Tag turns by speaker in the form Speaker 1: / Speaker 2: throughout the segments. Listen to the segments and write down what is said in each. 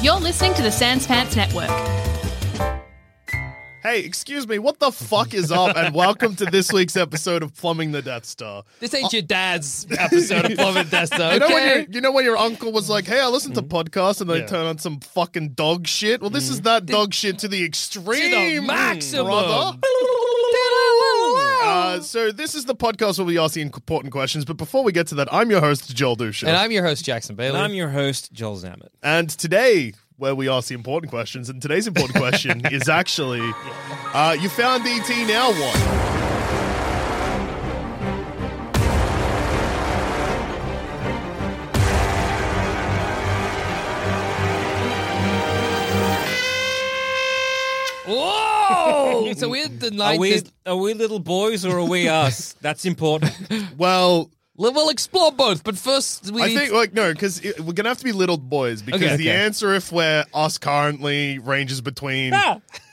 Speaker 1: You're listening to the Sans Pants Network.
Speaker 2: Hey, excuse me, what the fuck is up? And welcome to this week's episode of Plumbing the Death Star.
Speaker 3: This ain't your dad's episode of Plumbing Death Star.
Speaker 2: You know when
Speaker 3: okay? Mm-hmm.
Speaker 2: your you know when your uncle was like, "Hey, I listen to podcasts," and they
Speaker 3: Yeah. Mm.
Speaker 2: turn on some fucking dog shit. Well, this is that dog shit to the extreme, mm,
Speaker 3: to the maximum.
Speaker 2: brother. Uh, so this is the podcast where we ask the important questions. But before we get to that, I'm your host Joel Dusha,
Speaker 3: And I'm your host, Jackson Bailey.
Speaker 4: And I'm your host, Joel Zammett.
Speaker 2: And today, where we ask the important questions, and today's important question is actually, uh, you found ET now what?
Speaker 4: Oh.
Speaker 3: Whoa! so we're
Speaker 4: Are
Speaker 3: denying
Speaker 4: we,
Speaker 3: this.
Speaker 4: are we little boys or are we us? That's important.
Speaker 2: Well,
Speaker 3: We'll we'll explore both, but first we
Speaker 2: I
Speaker 3: need.
Speaker 2: think like no, because we're gonna have to be little boys because
Speaker 3: Okay.
Speaker 2: the
Speaker 3: Okay.
Speaker 2: answer if we're us currently ranges between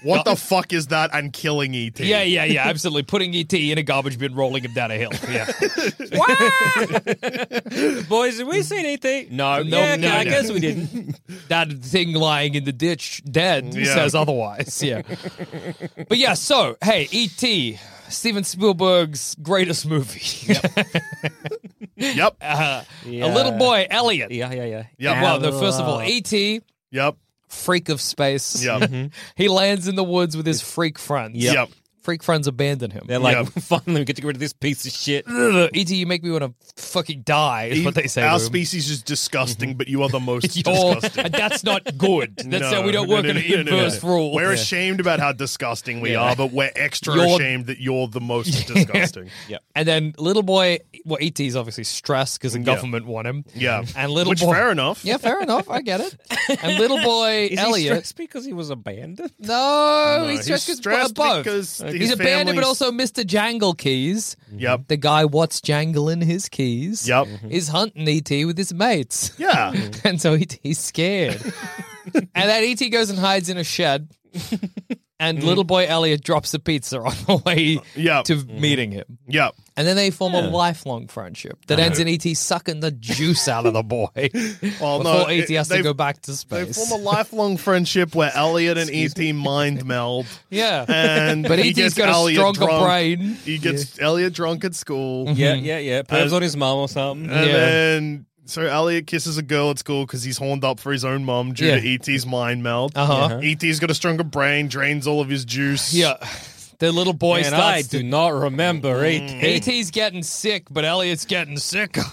Speaker 2: what the fuck is that and killing E ET.
Speaker 3: yeah, yeah, yeah, absolutely. Putting ET in a garbage bin, rolling him down a hill. Yeah.
Speaker 4: boys, have we seen anything?
Speaker 3: No, no,
Speaker 4: yeah, okay,
Speaker 3: no,
Speaker 4: I
Speaker 3: no.
Speaker 4: guess we didn't.
Speaker 3: that thing lying in the ditch dead
Speaker 2: Yeah.
Speaker 3: says otherwise. Yeah. but yeah, so, hey, E.T., Steven Spielberg's greatest movie.
Speaker 2: Yep.
Speaker 3: Uh,
Speaker 4: Yeah.
Speaker 3: A little boy, Elliot.
Speaker 4: Yeah, yeah, yeah.
Speaker 2: Yeah.
Speaker 3: Well, no, first of all, E E.T.,
Speaker 2: Yep.
Speaker 3: freak of space.
Speaker 2: Yep.
Speaker 3: He lands in the woods with his freak friends.
Speaker 2: Yep.
Speaker 3: Freak friends abandon him.
Speaker 4: They're like,
Speaker 2: Yeah.
Speaker 4: finally, we get to get rid of this piece of shit.
Speaker 3: Ugh, E.T., you make me want to fucking die, is what they say. Mm-hmm.
Speaker 2: Our
Speaker 3: to him.
Speaker 2: species is disgusting, but you are the most
Speaker 3: You're-
Speaker 2: disgusting.
Speaker 3: and that's not good. That's
Speaker 2: No,
Speaker 3: how we don't
Speaker 2: no,
Speaker 3: work
Speaker 2: no,
Speaker 3: in
Speaker 2: no,
Speaker 3: an
Speaker 2: no, no, no.
Speaker 3: inverse rule.
Speaker 2: We're ashamed about how disgusting we are, but we're extra
Speaker 3: You're-
Speaker 2: ashamed that you're the most disgusting.
Speaker 4: Yeah.
Speaker 3: And then little boy, well, ET is obviously stressed because the
Speaker 2: Yeah.
Speaker 3: government want him.
Speaker 2: Yeah.
Speaker 3: And little
Speaker 2: Which
Speaker 3: boy,
Speaker 2: fair enough.
Speaker 3: Yeah, fair enough. I get it. And little boy
Speaker 4: Is he
Speaker 3: Elliot.
Speaker 4: stressed because he was abandoned?
Speaker 3: no,
Speaker 2: No,
Speaker 3: he's stressed,
Speaker 2: he's
Speaker 3: 'cause- well,
Speaker 2: stressed
Speaker 3: both.
Speaker 2: because his
Speaker 3: he's abandoned, but
Speaker 2: family's-
Speaker 3: also Mr. Jangle Keys.
Speaker 2: Yep.
Speaker 3: The guy what's jangling his keys.
Speaker 2: Yep.
Speaker 3: Is hunting ET with his mates.
Speaker 2: Yeah.
Speaker 3: And so ET he's scared. and then ET goes and hides in a shed.
Speaker 2: Mm.
Speaker 3: And little boy Elliot drops a pizza on the way
Speaker 2: Yeah.
Speaker 3: to meeting him.
Speaker 2: Yep.
Speaker 3: And then they form a lifelong friendship that ends in ET sucking the juice out of the boy
Speaker 2: Well, no,
Speaker 3: before
Speaker 2: it-
Speaker 3: ET has to
Speaker 2: they've-
Speaker 3: go back to
Speaker 2: They
Speaker 3: space.
Speaker 2: form a lifelong friendship where Elliot and E.T. mind meld.
Speaker 3: yeah,
Speaker 2: And
Speaker 3: but
Speaker 2: he
Speaker 3: E.T.'s
Speaker 2: gets
Speaker 3: got a
Speaker 2: Elliot
Speaker 3: stronger
Speaker 2: drunk.
Speaker 3: brain. Mm-hmm.
Speaker 2: He gets Elliot drunk at school.
Speaker 4: Yeah, yeah, yeah. Pervs on his mum or something.
Speaker 2: And
Speaker 3: Yeah.
Speaker 2: then, so Elliot kisses a girl at school because he's horned up for his own mum due
Speaker 3: Yeah.
Speaker 2: to E.T.'s mind meld.
Speaker 3: Uh-huh.
Speaker 2: E.T.'s got a stronger brain, drains all of his juice.
Speaker 3: yeah. The little boy
Speaker 4: and I
Speaker 3: starts
Speaker 4: do
Speaker 3: to.
Speaker 4: not remember
Speaker 2: Mm.
Speaker 4: E.T.
Speaker 3: ET's getting sick, but Elliot's getting sick. and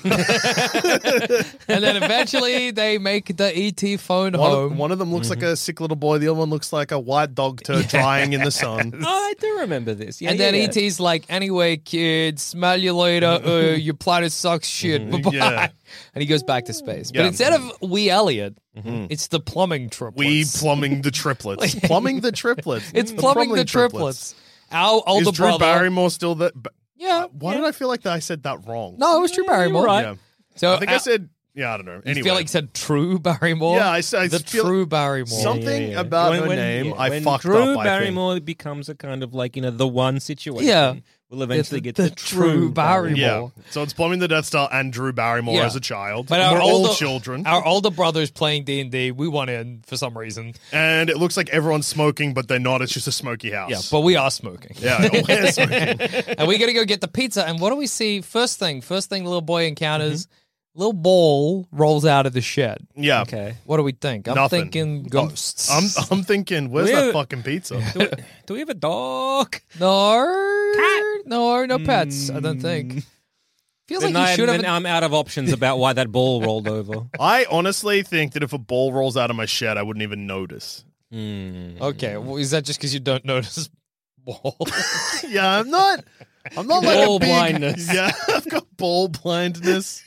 Speaker 3: then eventually they make the ET phone
Speaker 2: One
Speaker 3: home. Mm-hmm.
Speaker 2: of, one of them looks like a sick little boy. The other one looks like a white dog turd drying in the sun.
Speaker 4: Oh, I do remember this. Yeah,
Speaker 3: and
Speaker 4: yeah,
Speaker 3: then
Speaker 4: yeah.
Speaker 3: ET's like, anyway, kids, smell you later. Uh, your planet sucks shit. Bye bye.
Speaker 2: Mm-hmm. Yeah.
Speaker 3: And he goes back to space.
Speaker 2: Yeah. Mm-hmm.
Speaker 3: But instead of we Elliot, it's the plumbing triplets.
Speaker 2: We plumbing the triplets. plumbing the triplets.
Speaker 3: it's plumbing the, triplets. Our
Speaker 2: Is
Speaker 3: older
Speaker 2: Drew
Speaker 3: brother.
Speaker 2: Barrymore still that?
Speaker 3: Yeah.
Speaker 2: Why
Speaker 3: yeah.
Speaker 2: did I feel like that I said that wrong?
Speaker 3: No, it was Drew Barrymore.
Speaker 4: right.
Speaker 2: Yeah.
Speaker 3: So
Speaker 2: I think I
Speaker 3: our-
Speaker 2: said, yeah, I don't know.
Speaker 3: you
Speaker 2: Anyway.
Speaker 3: feel like you said true Barrymore.
Speaker 2: Yeah, I s- I
Speaker 3: the
Speaker 2: feel-
Speaker 3: true Barrymore.
Speaker 2: Something about
Speaker 4: When-
Speaker 2: her
Speaker 4: when-
Speaker 2: name,
Speaker 4: yeah,
Speaker 2: I
Speaker 4: when
Speaker 2: fucked
Speaker 4: Drew
Speaker 2: up. I think.
Speaker 4: Barrymore becomes a kind of like you know the one situation.
Speaker 3: Yeah.
Speaker 4: we'll eventually
Speaker 3: the-
Speaker 4: get
Speaker 3: the
Speaker 4: the,
Speaker 3: true Barrymore.
Speaker 2: Yeah. So it's plumbing the Death Star and Drew Barrymore
Speaker 3: Yeah.
Speaker 2: as a child.
Speaker 3: But
Speaker 2: And
Speaker 3: our
Speaker 2: we're
Speaker 3: older,
Speaker 2: all children,
Speaker 3: Our older brother's playing D and D. We want in for some reason.
Speaker 2: and it looks like everyone's smoking, but they're not. It's just a smoky house.
Speaker 3: Yeah, but we are smoking.
Speaker 2: yeah, we're smoking.
Speaker 3: and we gotta go get the pizza. And what do we see? First thing, first thing, the little boy encounters Little ball rolls out of the shed.
Speaker 2: Yeah.
Speaker 4: Okay.
Speaker 3: What do we think? I'm
Speaker 2: Nothing.
Speaker 3: thinking ghosts.
Speaker 2: I'm I'm thinking, where's
Speaker 4: We're-
Speaker 2: that fucking pizza?
Speaker 4: Do we, do we have a dog?
Speaker 3: no, no, no pets. I
Speaker 2: Hmm.
Speaker 3: don't think. Feels
Speaker 4: Then
Speaker 3: like you
Speaker 4: I'm,
Speaker 3: should have.
Speaker 4: then I'm out of options about why that ball rolled over.
Speaker 2: I honestly think that if a ball rolls out of my shed, I wouldn't even notice.
Speaker 3: Okay, well, is that just because you don't notice balls?
Speaker 2: Yeah, I'm not. I'm not like
Speaker 4: Ball
Speaker 2: a big,
Speaker 4: blindness.
Speaker 2: Yeah, I've got ball blindness.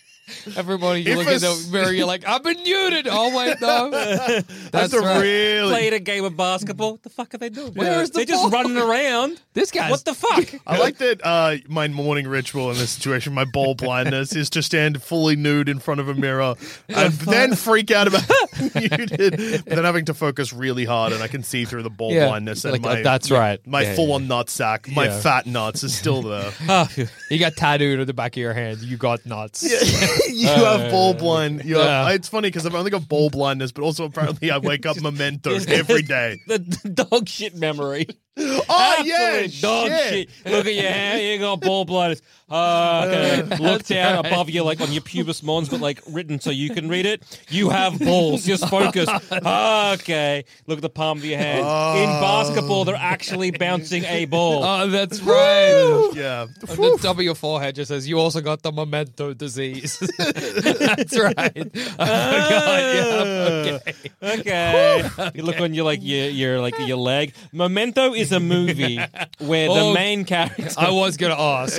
Speaker 3: Every morning you
Speaker 2: If
Speaker 3: look in
Speaker 2: a
Speaker 3: the
Speaker 2: s-
Speaker 3: mirror, you're like, I've been neutered. Oh wait, no. That's
Speaker 2: That's, a
Speaker 3: right.
Speaker 2: really.
Speaker 4: Played a game of basketball. What the fuck are they doing?
Speaker 3: Where is the
Speaker 4: They're just
Speaker 3: ball?
Speaker 4: running around.
Speaker 3: This guy's
Speaker 4: What the fuck?
Speaker 2: I like that uh, my morning ritual in this situation, my ball blindness, is to stand fully nude in front of a mirror and then freak out about muted, but then having to focus really hard and I can see through the ball
Speaker 3: Yeah.
Speaker 2: blindness and
Speaker 3: Like,
Speaker 2: my,
Speaker 3: uh, that's right.
Speaker 2: my
Speaker 3: Yeah,
Speaker 2: full on nut sack, my
Speaker 3: Yeah.
Speaker 2: fat nuts is still there.
Speaker 3: Ah, you got tattooed on the back of your hand. You got nuts.
Speaker 2: you have ball blind. You have-
Speaker 3: Yeah.
Speaker 2: it's funny because I've only got ball blindness, but also apparently I wake up mementos every day.
Speaker 4: The, the dog shit memory.
Speaker 2: Oh yeah,
Speaker 4: Absolute dog shit. Look at your hand. You got ball blindness. Uh, okay. Look down above you, like on your pubis mons, but like written so you can read it. You have balls. Just focus. Okay. Look at the palm of your hand. In basketball, they're actually bouncing a ball.
Speaker 3: Oh, that's right.
Speaker 2: Yeah,
Speaker 3: On the top of your forehead just says, "You also got the memento disease." that's right. Oh, God, yeah, okay.
Speaker 4: Okay. you look on your like your your like your leg. Memento is a movie where
Speaker 3: Oh.
Speaker 4: the main character
Speaker 3: I was going to ask.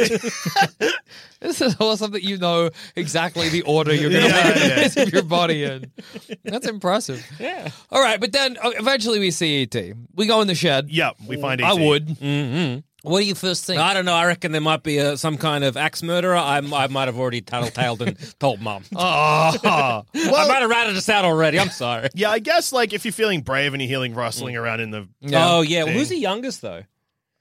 Speaker 3: this is awesome that you know exactly the order you're going to
Speaker 2: Yeah,
Speaker 3: put
Speaker 2: yeah.
Speaker 3: this of your body in. That's impressive. Yeah. All right, but then uh, eventually we see ET. We go in the shed.
Speaker 2: yeah. We find
Speaker 3: I
Speaker 2: ET.
Speaker 3: would. Mm-hmm. What do you first think?
Speaker 4: I don't know. I reckon there might be a, some kind of axe murderer. I, I might have already tattletaled and told mum.
Speaker 3: Ah.
Speaker 4: I might have ratted us out already. I'm sorry.
Speaker 2: Yeah, I guess like if you're feeling brave and you're healing rustling around in the
Speaker 4: Oh yeah. Well,
Speaker 2: Thing.
Speaker 4: who's the youngest though?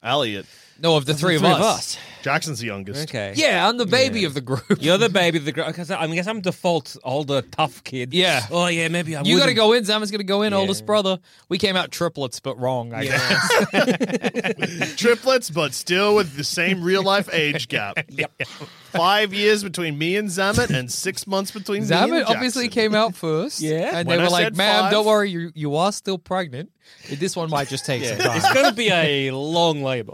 Speaker 2: Elliot.
Speaker 3: no, of the three, of, us.
Speaker 2: Jackson's the youngest.
Speaker 4: Okay.
Speaker 3: Yeah, I'm the baby of the group.
Speaker 4: You're the baby, of the girl. Because I guess I'm default older tough kid.
Speaker 3: Yeah.
Speaker 4: Oh yeah. Maybe I.
Speaker 3: You got to
Speaker 4: wouldn't.
Speaker 3: go in. Zaman's going to go in. Oldest brother. We came out triplets, but wrong. I guess.
Speaker 2: Triplets, but still with the same real life age gap. yep. Five years between me and Zamet and six months between me
Speaker 3: Zaman
Speaker 2: and
Speaker 3: obviously
Speaker 2: Jackson.
Speaker 3: came out first.
Speaker 4: Yeah.
Speaker 2: When
Speaker 3: and they
Speaker 2: I
Speaker 3: were like,
Speaker 2: said
Speaker 3: "Ma'am, do don't
Speaker 2: five-
Speaker 3: worry, you you are still pregnant. This one might just take some time."
Speaker 4: It's going to be a long labour.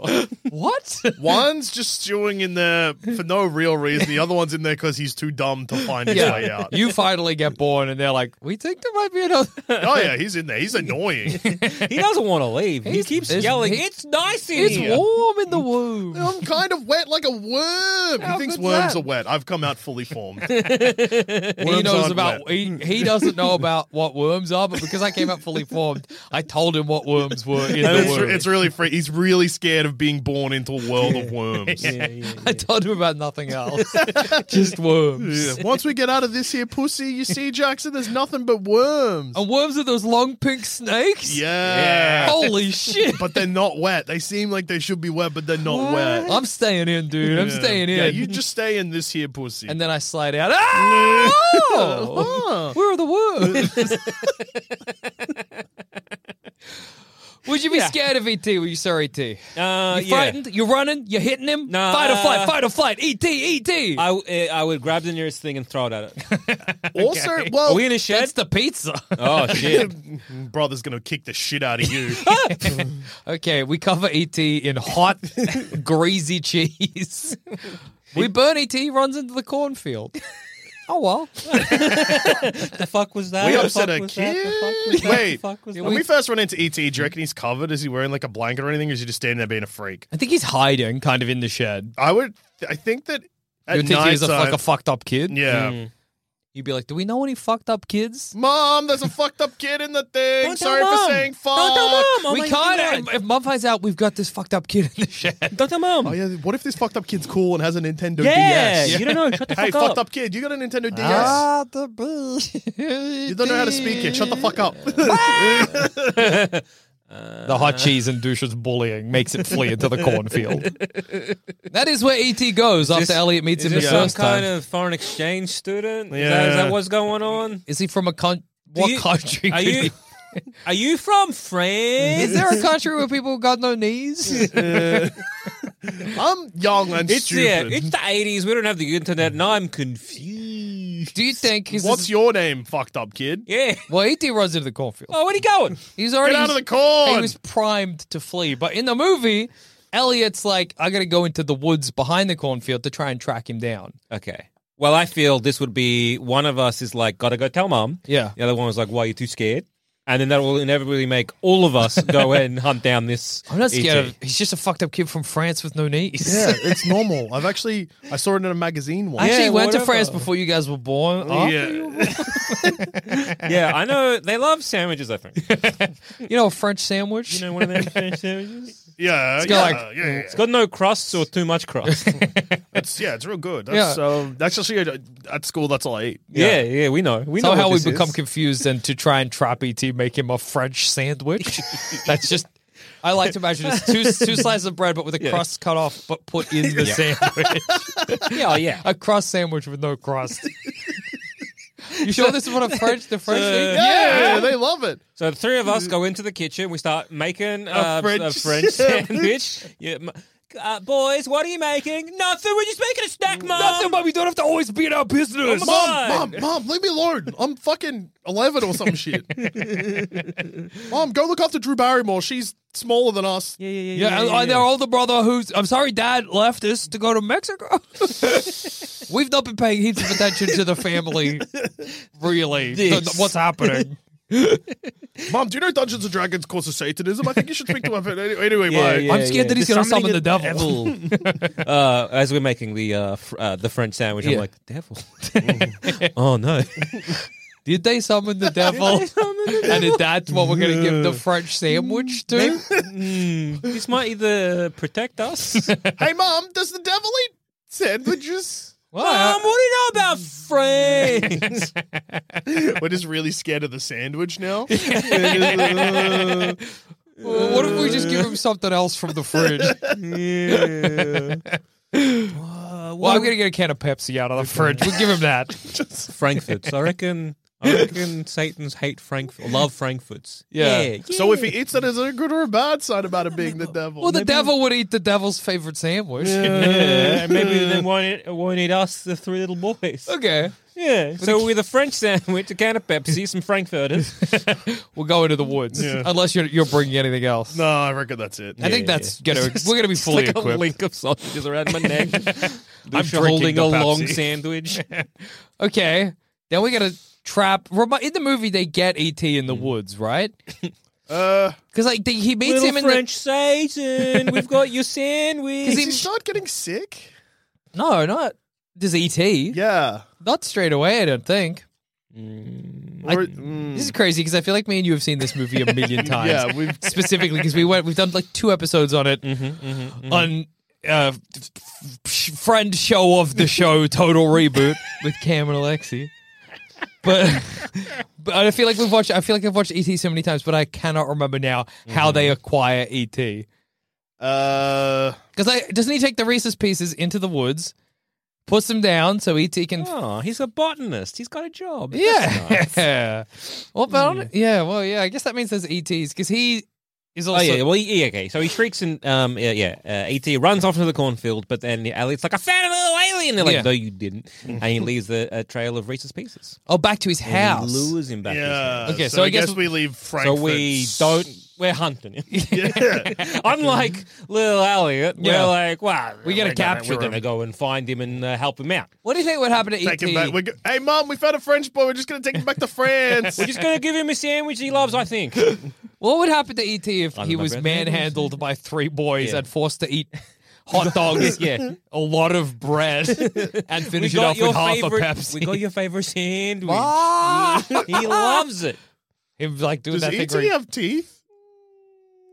Speaker 3: What?
Speaker 2: One's just stewing in there for no real reason. The other one's in there because he's too dumb to find his way
Speaker 3: yeah.
Speaker 2: out.
Speaker 3: You finally get born, and they're like, we think there might be another.
Speaker 2: Oh yeah, he's in there. He's annoying.
Speaker 4: he doesn't want to leave.
Speaker 3: He's-
Speaker 4: he keeps
Speaker 3: there's-
Speaker 4: yelling.
Speaker 3: he-
Speaker 4: it's nice in
Speaker 3: It's
Speaker 4: here.
Speaker 3: warm in the womb.
Speaker 2: I'm kind of wet like a worm.
Speaker 3: How
Speaker 2: he thinks
Speaker 3: good's
Speaker 2: worms
Speaker 3: that?
Speaker 2: are wet. I've come out fully formed.
Speaker 3: he
Speaker 2: Worms
Speaker 3: knows
Speaker 2: aren't
Speaker 3: about
Speaker 2: wet.
Speaker 3: he, he doesn't know about what worms are, but because I came out fully formed, I told him what worms were in
Speaker 2: And
Speaker 3: the
Speaker 2: it's,
Speaker 3: womb.
Speaker 2: it's really free. He's really scared of being born into a world of worms.
Speaker 3: I told him about nothing else, just worms.
Speaker 2: Yeah. Once we get out of this here pussy, you see, Jackson, there's nothing but worms.
Speaker 3: And worms are those long pink snakes.
Speaker 2: yeah.
Speaker 3: Holy shit.
Speaker 2: But they're not wet. They seem like they should be wet, but they're not wet.
Speaker 3: I'm staying in, dude. I'm
Speaker 2: Yeah.
Speaker 3: Oh, staying in.
Speaker 2: Yeah, you just stay in this here pussy.
Speaker 3: and then I slide out. Oh!
Speaker 2: Huh.
Speaker 3: Where are the worms? Would you be scared of ET when you saw ET? You
Speaker 4: Uh, yeah.
Speaker 3: frightened? You're running? You're hitting him?
Speaker 4: Nah.
Speaker 3: Fight or flight, fight or flight. E ET, ET.
Speaker 4: I, uh, I would grab the nearest thing and throw it at it.
Speaker 2: also, well,
Speaker 3: Are we in a shed? Oh, That's the pizza.
Speaker 4: Oh shit!
Speaker 2: brother's gonna kick the shit out of you.
Speaker 3: okay, we cover ET in hot, greasy cheese. we burn ET, he runs into the cornfield. Oh, well.
Speaker 4: the fuck was that?
Speaker 2: we
Speaker 4: The
Speaker 2: upset
Speaker 4: fuck
Speaker 2: a
Speaker 4: was that? The fuck
Speaker 2: kid.
Speaker 4: was that? The
Speaker 2: Wait,
Speaker 4: fuck was
Speaker 2: when
Speaker 4: that?
Speaker 2: we first run into ET, do you reckon he's covered? Is he wearing like a blanket or anything? Or is he just standing there being a freak?
Speaker 3: I think he's hiding kind of in the shed.
Speaker 2: I would. I think that at
Speaker 3: You would think
Speaker 2: night
Speaker 3: he was a, like
Speaker 2: time-
Speaker 3: a fucked up kid.
Speaker 2: yeah.
Speaker 3: You'd be like, do we know any fucked up kids?
Speaker 2: Mom, there's a fucked up kid in the thing.
Speaker 4: Don't tell
Speaker 2: Sorry
Speaker 4: Mom.
Speaker 2: for saying fuck.
Speaker 4: Don't tell mom. Oh
Speaker 3: we
Speaker 4: my
Speaker 3: can't.
Speaker 4: God.
Speaker 3: If mom finds out we've got this fucked up kid in the shed,
Speaker 4: Don't tell mom.
Speaker 2: Oh
Speaker 4: yeah.
Speaker 2: yeah, what if this fucked up kid's cool and has a Nintendo DS?
Speaker 4: you don't know. Shut the
Speaker 2: Hey,
Speaker 4: fuck
Speaker 2: fucked
Speaker 4: up.
Speaker 2: up kid, you got a Nintendo DS.
Speaker 3: Ah,
Speaker 4: Ah,
Speaker 3: the
Speaker 2: you don't know how to speak it. Shut the fuck up.
Speaker 3: The hot cheese and douche's bullying makes it flee into the cornfield. that is where ET goes after
Speaker 4: This-
Speaker 3: Elliot meets
Speaker 4: Is
Speaker 3: him the
Speaker 4: this some
Speaker 3: first time.
Speaker 4: kind of foreign exchange student? Is, that, is
Speaker 2: Yeah.
Speaker 4: that what's going on?
Speaker 3: is he from a con? What
Speaker 4: you-
Speaker 3: country?
Speaker 4: Are
Speaker 3: could
Speaker 4: you?
Speaker 3: he-
Speaker 4: Are you from France?
Speaker 3: Is there a country where people got no knees?
Speaker 2: I'm young and
Speaker 4: It's
Speaker 2: stupid.
Speaker 4: the it's the eighties. We don't have the internet, and I'm confused.
Speaker 2: like,
Speaker 3: Do you think he's
Speaker 2: what's your name, fucked up kid?
Speaker 4: Yeah.
Speaker 3: Well, E.T. runs into the cornfield.
Speaker 4: Oh, where'd he going?
Speaker 3: He's already
Speaker 2: out of the corn!
Speaker 3: He was primed to flee, but in the movie, Elliot's like, "I got to go into the woods behind the cornfield to try and track him down."
Speaker 4: Okay. Well, I feel this would be one of us is like, gotta go tell mom.
Speaker 3: Yeah.
Speaker 4: The other one was like, why are you too scared? And then that will inevitably make all of us go and hunt down this. E
Speaker 3: I'm not
Speaker 2: E
Speaker 3: scared
Speaker 4: ET.
Speaker 3: of. He's just a fucked up kid from France with no knees.
Speaker 2: Yeah, it's normal. I've actually I saw it in a magazine
Speaker 3: I
Speaker 2: once.
Speaker 3: actually
Speaker 4: Yeah,
Speaker 3: went to
Speaker 4: whatever.
Speaker 3: France before you guys were born.
Speaker 2: Yeah.
Speaker 4: Yeah, I know. They love sandwiches, I think.
Speaker 3: You know, a French sandwich.
Speaker 4: You know, one of them French sandwiches?
Speaker 2: Yeah,
Speaker 3: It's
Speaker 2: yeah,
Speaker 3: got like-
Speaker 2: yeah, yeah.
Speaker 4: It's got no crust or too much crust.
Speaker 2: It's, yeah, it's real good. That's,
Speaker 3: Yeah.
Speaker 2: um, that's actually at school. That's all I eat.
Speaker 4: yeah. yeah, we know. We know
Speaker 3: Somehow
Speaker 4: what
Speaker 3: we
Speaker 4: this
Speaker 3: become
Speaker 4: is.
Speaker 3: confused and to try and trap ET, make him a French sandwich. That's just. I like to imagine it's two two slices of bread, but with a crust cut off, but put in the sandwich.
Speaker 4: Yeah, yeah.
Speaker 3: a crust sandwich with no crust. you sure this is what a French the French
Speaker 4: Uh,
Speaker 3: eat?
Speaker 2: Yeah, they love it.
Speaker 4: So the three of
Speaker 3: Mm.
Speaker 4: us go into the kitchen. We start making uh, a French,
Speaker 2: French sandwich.
Speaker 4: sandwich. Yeah, m- uh, boys, what are you making? Nothing. We're just making a snack, Oh mom.
Speaker 3: but we don't have to always be in our business.
Speaker 4: Come
Speaker 2: Mom,
Speaker 4: on.
Speaker 2: mom, mom, leave me alone. I'm fucking eleven or some shit. mom, go look after Drew Barrymore. She's smaller than us.
Speaker 4: Yeah, yeah,
Speaker 3: Yeah, and- and their older brother, who's I'm sorry, dad left us to go to Mexico. We've not been paying heaps of attention to the family, really. th- th- what's happening?
Speaker 2: Mom, do you know Dungeons and Dragons causes Satanism? I think you should speak to her. Anyway,
Speaker 4: Yeah,
Speaker 2: bye.
Speaker 4: yeah,
Speaker 3: I'm scared
Speaker 4: yeah.
Speaker 3: that he's
Speaker 4: There's
Speaker 3: going to summon
Speaker 4: somebody
Speaker 3: the devil.
Speaker 4: uh, as we're making the uh, fr- uh, the French sandwich,
Speaker 3: Yeah.
Speaker 4: I'm like, devil. oh no!
Speaker 3: Did they summon the devil? and if that's what we're going to give the French sandwich to? Hmm.
Speaker 4: Mm, this might either protect us.
Speaker 2: Hey, mom, does the devil eat sandwiches?
Speaker 3: Well,
Speaker 4: Mom, what do you know about France?
Speaker 2: We're just really scared of the sandwich now.
Speaker 3: well, what if we just give him something else from the fridge? Well, I'm going to get a can of Pepsi out of the fridge. We'll give him that.
Speaker 4: Frankfurts. I reckon. I reckon Satan's hate Frankfurt. Love Frankfurts.
Speaker 2: Uh,
Speaker 3: Yeah.
Speaker 2: so if he eats it, is it a good or a bad side about it being the devil?
Speaker 3: Well, the devil would eat the devil's favorite sandwich.
Speaker 4: Yeah, uh, maybe then won't it won't eat us, the three little boys.
Speaker 3: Okay.
Speaker 4: Yeah. So with a French sandwich, a can of Pepsi, some Frankfurters.
Speaker 3: We'll go into the woods unless you're you're bringing anything else.
Speaker 2: no, I reckon that's it.
Speaker 3: I think
Speaker 4: yeah,
Speaker 3: that's gonna we're gonna be fully
Speaker 4: like a
Speaker 3: equipped.
Speaker 4: link of sausages around my neck. I'm
Speaker 3: drinking
Speaker 4: holding
Speaker 3: the
Speaker 4: a long
Speaker 3: Pepsi.
Speaker 4: sandwich.
Speaker 3: Okay, then we gotta trap. remi- In the movie, they get ET in
Speaker 4: Hmm.
Speaker 3: the woods, right?
Speaker 2: Uh,
Speaker 3: Because like they, he meets him in
Speaker 4: Satan, we've got your sandwich.
Speaker 3: Is
Speaker 2: is
Speaker 3: he-
Speaker 2: he start getting sick?
Speaker 3: the no, not does ET
Speaker 2: Yeah.
Speaker 3: not straight away. I don't think
Speaker 2: Or- mm.
Speaker 3: this is crazy because I feel like me and you have seen this movie a million times.
Speaker 2: Yeah, we've
Speaker 3: specifically because we went we've done like two episodes on it on uh, f- f- friend show of the show total reboot with Cam and Alexi but but I feel like we've watched I feel like I've watched ET so many times but I cannot remember now how they acquire ET because
Speaker 2: uh,
Speaker 3: I doesn't he take the Reese's pieces into the woods puts them down so ET can
Speaker 4: Oh, he's a botanist. He's got a job.
Speaker 3: yeah well but I don't- yeah well yeah I guess that means there's ETs because he is
Speaker 4: Hmm. Oh
Speaker 3: also
Speaker 4: yeah, well yeah, okay. So he shrieks and um yeah, yeah uh, AT runs off into the cornfield, but then Elliot's like, "I found a little alien." They're like,
Speaker 3: Yeah.
Speaker 4: "No, you didn't," and he leaves the a trail of Reese's pieces.
Speaker 3: oh back to his
Speaker 4: And
Speaker 3: house
Speaker 4: he lures him back. to his
Speaker 2: yeah.
Speaker 4: house.
Speaker 3: Okay,
Speaker 2: so,
Speaker 3: so I
Speaker 2: I guess,
Speaker 3: guess-
Speaker 2: we leave
Speaker 4: So
Speaker 2: Frankfurt.
Speaker 4: we don't. We're hunting him.
Speaker 2: Yeah.
Speaker 4: Unlike little Elliot,
Speaker 3: Yeah.
Speaker 4: we're like, "Wow,
Speaker 3: We gotta
Speaker 4: we're
Speaker 3: capture
Speaker 4: Gonna, we're gonna
Speaker 3: him.
Speaker 4: go and find him and uh, help him out."
Speaker 3: What do you think would happen to E ET?
Speaker 2: Take him back. We're go- hey, mom, we found a French boy. We're just gonna take him back to France.
Speaker 4: We're just gonna give him a sandwich he loves. I think.
Speaker 3: What would happen to ET if
Speaker 4: Under
Speaker 3: he
Speaker 4: my
Speaker 3: was
Speaker 4: breath.
Speaker 3: manhandled by three boys
Speaker 4: Yeah.
Speaker 3: and forced to eat hot dogs,
Speaker 4: Yeah.
Speaker 3: a lot of bread, and finish it off with half a Pepsi?
Speaker 4: We got your favorite sandwich.
Speaker 3: Ah!
Speaker 4: he loves it.
Speaker 3: Him like doing
Speaker 2: Does
Speaker 3: that
Speaker 4: E
Speaker 2: ET
Speaker 3: thing. where he-
Speaker 2: have teeth?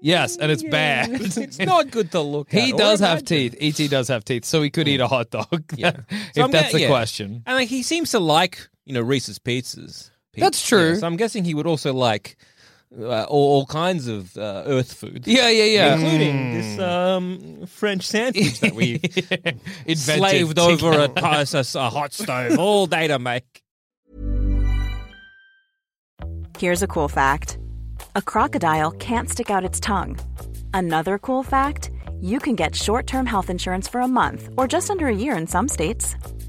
Speaker 3: Yes, and it's bad.
Speaker 4: It's not good to look at.
Speaker 3: he
Speaker 4: or
Speaker 3: does have
Speaker 4: imagine.
Speaker 3: teeth. ET does have teeth, so he could eat a hot dog.
Speaker 4: Yeah.
Speaker 3: if
Speaker 4: So I'm
Speaker 3: that's
Speaker 4: gonna-
Speaker 3: the
Speaker 4: yeah.
Speaker 3: question.
Speaker 4: And like, he seems to like, you know, Reese's pizzas. Pizza.
Speaker 3: That's true.
Speaker 4: Yeah, so I'm guessing he would also like uh, all, all kinds of uh, earth food.
Speaker 3: Yeah, yeah, yeah.
Speaker 4: Including this um, French sandwich that we
Speaker 3: Invented
Speaker 4: slaved
Speaker 3: to-
Speaker 4: over a, a, a hot stove all day to make.
Speaker 5: Here's a cool fact a crocodile can't stick out its tongue. Another cool fact you can get short term health insurance for a month or just under a year in some states.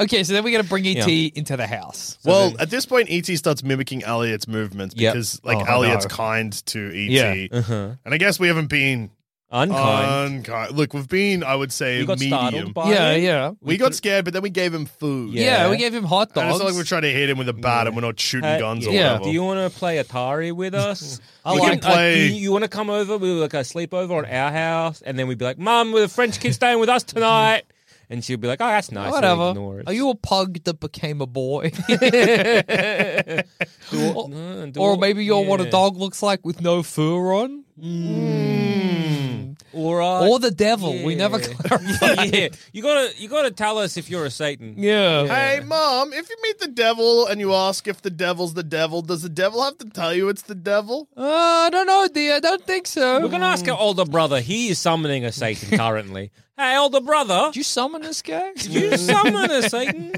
Speaker 3: Okay, so then we got to bring ET into the house. So
Speaker 2: well,
Speaker 3: then-
Speaker 2: at this point, ET starts mimicking Elliot's movements
Speaker 4: Yep.
Speaker 2: because, like,
Speaker 3: Oh,
Speaker 2: Elliot's
Speaker 3: no.
Speaker 2: kind to ET,
Speaker 3: Yeah.
Speaker 4: Uh-huh.
Speaker 2: and I guess we haven't been
Speaker 4: Unkind.
Speaker 2: unkind. Look, we've been, I would say,
Speaker 4: you got
Speaker 2: Uh, medium.
Speaker 4: startled by
Speaker 3: yeah,
Speaker 4: it.
Speaker 3: yeah,
Speaker 2: we got scared, but then we gave him food.
Speaker 3: yeah, We gave him hot
Speaker 2: And
Speaker 3: dogs.
Speaker 2: it's not like we're trying to hit him with a bat and we're not shooting
Speaker 4: Hey,
Speaker 2: guns or
Speaker 3: Uh, yeah.
Speaker 2: whatever.
Speaker 4: Do you want to play Atari with us? I
Speaker 2: We can play-
Speaker 4: you, want to come over? We were like a sleepover at our house, and then we'd be like, "Mum, the French kid's staying with us tonight." And she'd be like, "Oh, that's nice." and we'd ignore
Speaker 3: Whatever.
Speaker 4: it.
Speaker 3: Are you a pug that became a boy?
Speaker 4: Do all- no, Uh, do
Speaker 3: or
Speaker 4: all-
Speaker 3: maybe you're what a
Speaker 4: yeah.
Speaker 3: dog looks like with no fur on? Mm.
Speaker 4: Mm. All right.
Speaker 3: Or the devil. We never
Speaker 4: Yeah.
Speaker 3: clarified.
Speaker 4: yeah. You gotta you gotta tell us if you're a Satan.
Speaker 3: yeah.
Speaker 2: Hey, mom, if you meet the devil and you ask if the devil's the devil, does the devil have to tell you it's the devil?
Speaker 3: Uh, I don't know, dear. I don't think so.
Speaker 4: We're gonna ask our older brother. He is summoning a Satan currently. hey, older brother.
Speaker 3: Did you summon this guy?
Speaker 4: You summon a Satan,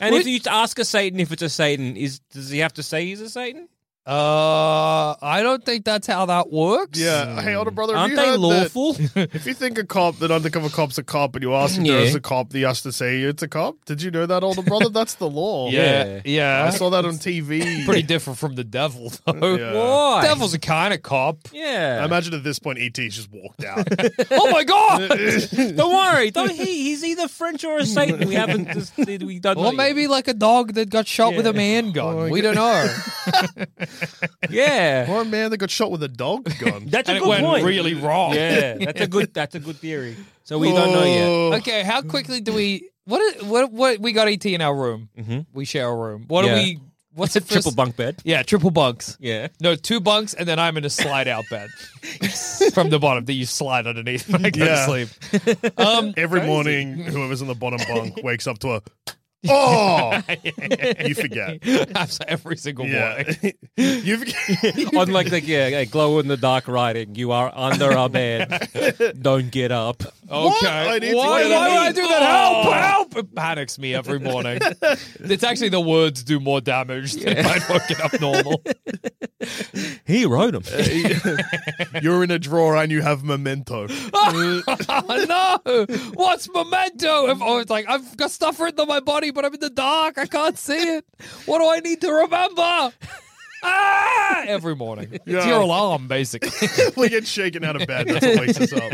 Speaker 4: and if
Speaker 3: Would-
Speaker 4: you ask a Satan if it's a Satan, is does he have to say he's a Satan?
Speaker 3: Uh, I don't think that's how that works.
Speaker 2: Yeah. Hey, older brother, have
Speaker 4: Aren't
Speaker 2: you
Speaker 4: they
Speaker 2: heard that-
Speaker 4: lawful?
Speaker 2: If you think a cop, that undercover cop's a cop, and you ask if
Speaker 4: Yeah.
Speaker 2: there's a cop, they has to say it's a cop. Did you know that, older brother? That's the law.
Speaker 3: Yeah.
Speaker 2: I
Speaker 3: Yeah.
Speaker 2: saw that on TV.
Speaker 3: Pretty different from the devil, though.
Speaker 2: Yeah.
Speaker 4: Oh, Why?
Speaker 3: Devil's a kind of cop.
Speaker 2: I
Speaker 4: Yeah.
Speaker 2: imagine at this point, ET just walked out.
Speaker 3: oh my god!
Speaker 4: don't worry. Don't he? He's either French or a Satan. We haven't. Just, we don't. know
Speaker 3: or
Speaker 4: yet.
Speaker 3: maybe like a dog that got shot with a man gun. we don't know.
Speaker 4: Yeah.
Speaker 2: or a man that got shot with a dog gun.
Speaker 4: That's a
Speaker 3: and it
Speaker 4: good
Speaker 3: went
Speaker 4: point.
Speaker 3: really wrong.
Speaker 4: Yeah. That's a good. That's a good theory. So we don't know yet.
Speaker 2: Oh.
Speaker 3: Okay, how quickly do we? What? Is, what? What? We got ET in our room.
Speaker 2: Mm-hmm.
Speaker 3: We share a room. What
Speaker 4: Yeah.
Speaker 3: do we? What's
Speaker 4: It's a
Speaker 3: the first-
Speaker 4: triple bunk bed.
Speaker 3: Yeah, triple bunks.
Speaker 4: Yeah.
Speaker 3: No, two bunks, and then I'm in a slide out bed from the bottom that you slide underneath when I go
Speaker 2: Yeah.
Speaker 3: to sleep. Um,
Speaker 2: Every morning, whoever's on the bottom bunk wakes up to a, oh, you forget.
Speaker 3: that's every single
Speaker 2: Yeah.
Speaker 3: morning.
Speaker 2: you forget.
Speaker 4: Unlike the yeah, yeah, glow in the dark writing, you are under a bed. Don't get up.
Speaker 3: Okay.
Speaker 2: I need to
Speaker 3: Why,
Speaker 2: get
Speaker 3: why
Speaker 2: up.
Speaker 3: would I do that?
Speaker 2: Oh.
Speaker 3: Help! Help! It panics me every morning. it's actually the words do more damage than if I'd woken up normal.
Speaker 4: He wrote him.
Speaker 2: You're in a drawer and you have memento.
Speaker 3: oh, no! What's memento? If, oh, it's like I've got stuff written on my body, but I'm in the dark. I can't see it. What do I need to remember? Ah! Every morning,
Speaker 2: Yeah.
Speaker 3: it's your alarm, basically.
Speaker 2: we get shaken out of bed. That's what wakes us up.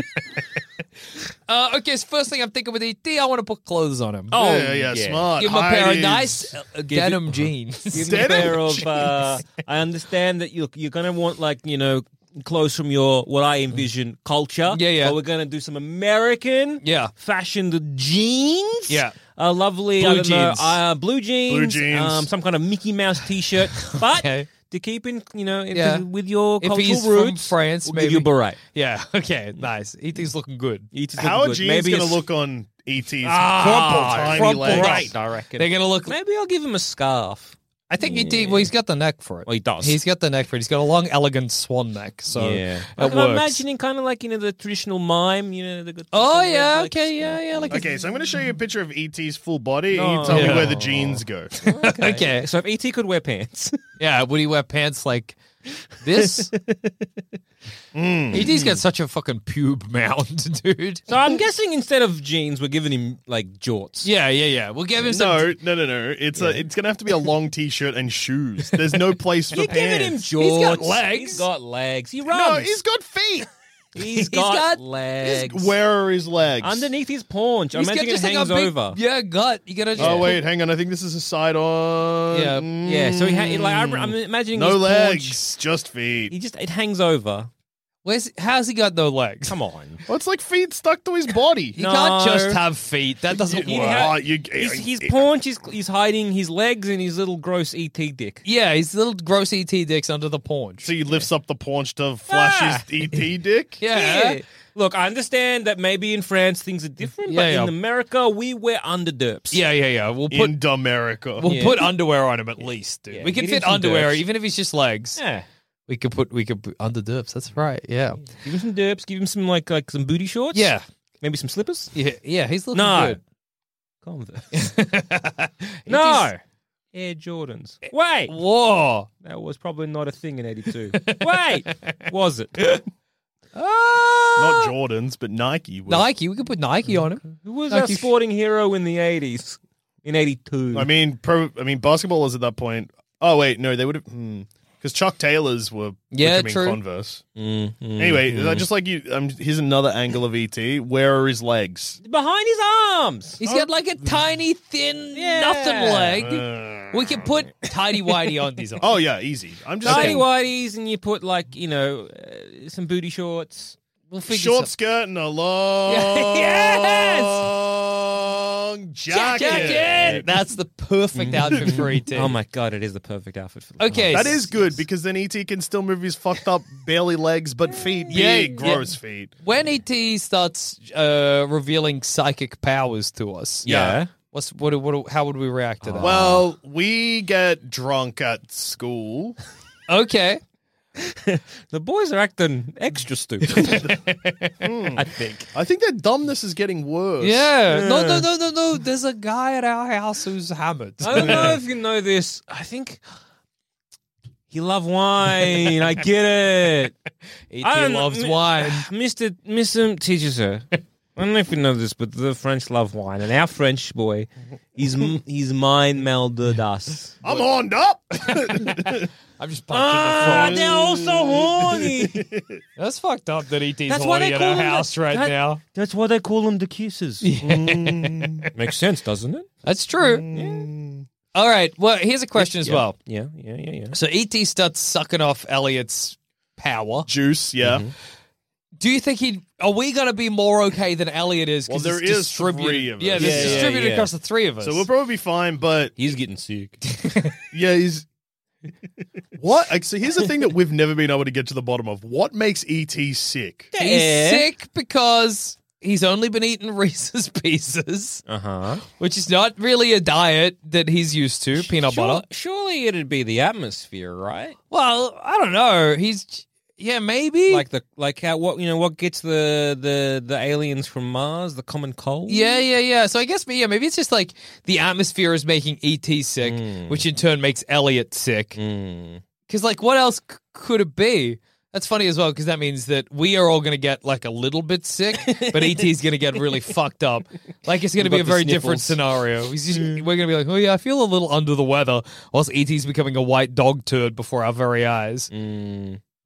Speaker 3: Uh, okay, so first thing I'm thinking with ET, I want to put clothes on him.
Speaker 4: Oh,
Speaker 2: yeah, yeah,
Speaker 4: yeah.
Speaker 2: smart.
Speaker 3: Give him a pair of
Speaker 2: Heidi's.
Speaker 3: nice uh, denim jeans.
Speaker 4: Give me a
Speaker 2: Denim
Speaker 4: pair of. Uh, I understand that you're you're gonna want like you know clothes from your what I envision culture.
Speaker 3: Yeah, yeah.
Speaker 4: But we're gonna do some American.
Speaker 3: Yeah.
Speaker 4: Fashioned jeans.
Speaker 3: Yeah.
Speaker 4: Uh, lovely,
Speaker 3: Blue
Speaker 4: I don't know,
Speaker 3: jeans.
Speaker 4: uh, blue jeans,
Speaker 2: jeans.
Speaker 4: um, some kind of Mickey Mouse T-shirt, but
Speaker 3: Okay.
Speaker 4: to keep in, you know, if-
Speaker 3: Yeah.
Speaker 4: with your
Speaker 3: If
Speaker 4: cultural
Speaker 3: he's from
Speaker 4: roots,
Speaker 3: France,
Speaker 4: we'll
Speaker 3: maybe.
Speaker 4: give you a beret. E
Speaker 3: yeah, okay, nice. ET's looking good.
Speaker 4: It is
Speaker 2: How
Speaker 4: looking
Speaker 2: are
Speaker 4: good.
Speaker 2: jeans
Speaker 4: Maybe
Speaker 2: going
Speaker 4: a
Speaker 2: to
Speaker 4: s-
Speaker 2: look on ET's crumpled
Speaker 3: Ah,
Speaker 2: tiny
Speaker 3: crumpled,
Speaker 2: legs?
Speaker 3: right.
Speaker 4: I reckon.
Speaker 3: They're gonna look.
Speaker 4: Maybe I'll give him a scarf.
Speaker 3: I think ET. Well, he's got the neck for it.
Speaker 4: Well, he does.
Speaker 3: He's got the neck for it. He's got a long, elegant swan neck. So
Speaker 4: yeah,
Speaker 3: it
Speaker 4: I'm
Speaker 3: works.
Speaker 4: imagining kind of like you know the traditional mime. You know, the good
Speaker 3: Oh
Speaker 4: the red
Speaker 3: yeah.
Speaker 4: legs,
Speaker 3: Okay.
Speaker 4: you
Speaker 3: Yeah.
Speaker 4: know.
Speaker 3: Yeah. Like
Speaker 2: Okay, so I'm going to show you a picture of ET's full body, and you
Speaker 4: No.
Speaker 2: tell me
Speaker 3: Yeah.
Speaker 2: where the jeans go.
Speaker 3: okay. okay.
Speaker 4: So if ET could wear pants,
Speaker 3: Yeah, would he wear pants like this? ED's got such a fucking pube mound, dude.
Speaker 4: so I'm guessing instead of jeans, we're giving him like jorts.
Speaker 3: Yeah, yeah, yeah. We'll give him some.
Speaker 2: no, no, no, no. It's a, it's going to have to be a long T-shirt and shoes. There's no place for
Speaker 4: You're giving him
Speaker 2: pants.
Speaker 4: jorts.
Speaker 3: He's got legs.
Speaker 4: He's got legs. He runs.
Speaker 2: no, he's got feet.
Speaker 4: he's got,
Speaker 3: got-
Speaker 4: legs.
Speaker 2: Where are his legs?
Speaker 4: Underneath his paunch. I
Speaker 3: He's
Speaker 4: imagine
Speaker 3: got
Speaker 4: it
Speaker 3: just like a
Speaker 4: hangs
Speaker 3: big,
Speaker 4: over.
Speaker 3: Yeah, gut. You gotta. Just,
Speaker 2: Oh wait, hang on. I think this is a side on.
Speaker 3: Yeah.
Speaker 4: Yeah, so he ha- like I'm, I'm imagining
Speaker 2: no
Speaker 4: his paunch-
Speaker 2: legs, just feet.
Speaker 4: He just it hangs over.
Speaker 3: Where's how's he got no legs?
Speaker 4: Come on.
Speaker 2: Well, it's like feet stuck to his body.
Speaker 3: He
Speaker 4: No.
Speaker 3: can't just have feet. That doesn't
Speaker 4: He'd
Speaker 3: work.
Speaker 4: have-
Speaker 2: Oh, you-
Speaker 4: his, his paunch is he's hiding his legs and his little gross ET dick.
Speaker 3: yeah, his little gross ET dicks under the paunch.
Speaker 2: So he lifts up the paunch to flash
Speaker 4: Ah.
Speaker 2: his ET dick.
Speaker 3: yeah.
Speaker 4: Look, I understand that maybe in France things are different, but
Speaker 3: Yeah, yeah.
Speaker 4: in America we wear underderps.
Speaker 3: yeah, yeah, yeah. We'll put
Speaker 2: in America.
Speaker 3: we'll
Speaker 4: Yeah.
Speaker 3: put underwear on him at least, dude.
Speaker 4: Yeah,
Speaker 3: we can
Speaker 4: give him
Speaker 3: fit
Speaker 4: some
Speaker 3: underwear,
Speaker 4: derps.
Speaker 3: even if it's just legs.
Speaker 4: Yeah.
Speaker 3: We could put we could put under derps. That's right. Yeah,
Speaker 4: Give him some derps, give him some like like some booty shorts.
Speaker 3: yeah,
Speaker 4: Maybe some slippers.
Speaker 3: yeah. yeah he's looking
Speaker 4: No.
Speaker 3: good.
Speaker 4: Converse.
Speaker 3: It
Speaker 4: no.
Speaker 3: is-
Speaker 4: Air Jordans. Wait.
Speaker 3: Whoa.
Speaker 4: That was probably not a thing in 82. Wait. Was it?
Speaker 2: Not Jordans, but Nike. Would.
Speaker 3: Nike. We could put Nike on him.
Speaker 4: Who was
Speaker 3: Like
Speaker 4: our
Speaker 3: you sh-
Speaker 4: sporting hero in the 80s? In 82.
Speaker 2: I mean, pro, I mean, basketballers at that point. Oh wait, no, they would have because Chuck Taylors were
Speaker 3: Yeah,
Speaker 2: becoming
Speaker 3: true. Mm-hmm.
Speaker 2: Converse. Anyway, uh, just like you, um, here's another angle of ET. Where are his legs?
Speaker 4: behind his arms.
Speaker 3: He's got like a tiny, thin,
Speaker 4: Yeah.
Speaker 3: nothing leg. we could put tidy whitey on these.
Speaker 2: Oh yeah, easy. I'm just
Speaker 4: Tiny
Speaker 2: saying,
Speaker 4: whities, and you put like you know uh, some booty shorts.
Speaker 3: We'll figure
Speaker 2: short
Speaker 3: something-
Speaker 2: skirt and a long
Speaker 3: Yes!
Speaker 2: jacket.
Speaker 3: Jacket! That's the perfect outfit for E ET.
Speaker 4: Oh my god, it is the perfect outfit for the
Speaker 3: Okay,
Speaker 2: That is good because then ET can still move his fucked up barely legs but feet.
Speaker 3: Yeah,
Speaker 2: Big,
Speaker 3: yeah.
Speaker 2: gross feet.
Speaker 3: when ET starts uh, revealing psychic powers to us.
Speaker 4: Yeah.
Speaker 3: What's what? What? How would we react to that?
Speaker 2: Well, we get drunk at school.
Speaker 3: okay.
Speaker 4: The boys are acting extra stupid. I think.
Speaker 2: I think their dumbness is getting worse.
Speaker 3: Yeah. No, no, no, no, no. There's a guy at our house who's hammered.
Speaker 4: I don't know if you know this. I think he loved wine. I get it.
Speaker 3: ET
Speaker 4: I don't know,
Speaker 3: loves
Speaker 4: mi-
Speaker 3: wine.
Speaker 4: Mr. Mr. teaches her. I don't know if you know this, but the French love wine, and our French boy, he's m- he's mind melded us.
Speaker 2: I'm horned up.
Speaker 3: I'm just
Speaker 4: Ah,
Speaker 3: punching the
Speaker 4: they're all so horny.
Speaker 3: That's fucked up that ET's
Speaker 4: That's why
Speaker 3: horny
Speaker 4: they
Speaker 3: at
Speaker 4: call
Speaker 3: our
Speaker 4: him the-
Speaker 3: house right
Speaker 4: that-
Speaker 3: now.
Speaker 4: That's why they call them the kisses. Mm. Makes sense, doesn't it?
Speaker 3: That's true. Mm. All right. Well, here's a question as
Speaker 4: Yeah.
Speaker 3: well.
Speaker 4: Yeah, yeah, yeah, yeah.
Speaker 3: So ET starts sucking off Elliot's power.
Speaker 2: Juice, yeah.
Speaker 3: Mm-hmm. Do you think he? Are we going to be more okay than Elliot is? 'cause
Speaker 2: Well, there
Speaker 3: it's
Speaker 2: is
Speaker 3: distributed-
Speaker 2: three of
Speaker 3: Yeah,
Speaker 2: us.
Speaker 3: there's
Speaker 4: Yeah, yeah,
Speaker 3: distributed
Speaker 4: yeah.
Speaker 3: across the three of us.
Speaker 2: So we'll probably be fine, but
Speaker 4: He's getting sick.
Speaker 2: yeah, he's. What? Like, so here's the thing that we've never been able to get to the bottom of. What makes ET sick?
Speaker 3: he's
Speaker 4: Yeah.
Speaker 3: sick because he's only been eating Reese's Pieces,
Speaker 4: Uh huh.
Speaker 3: which is not really a diet that he's used to. Peanut butter.
Speaker 4: Surely it'd be the atmosphere, right?
Speaker 3: Well, I don't know. He's yeah, maybe
Speaker 4: Like the like how what you know what gets the the the aliens from Mars the common cold.
Speaker 3: Yeah, yeah, yeah. So I guess, yeah, maybe it's just like the atmosphere is making ET sick,
Speaker 4: Hmm.
Speaker 3: which in turn makes Elliot sick. Because, like, what else c- could it be? That's funny as well, because that means that we are all going to get like a little bit sick, but ET is going to get really fucked up. Like, it's going to be a
Speaker 4: We've got the
Speaker 3: very different
Speaker 4: sniffles. Hmm.
Speaker 3: scenario. He's just- We're going to be like, oh, yeah, I feel a E
Speaker 4: Hmm.
Speaker 3: little under the weather, whilst ET's becoming a white dog turd before our very eyes.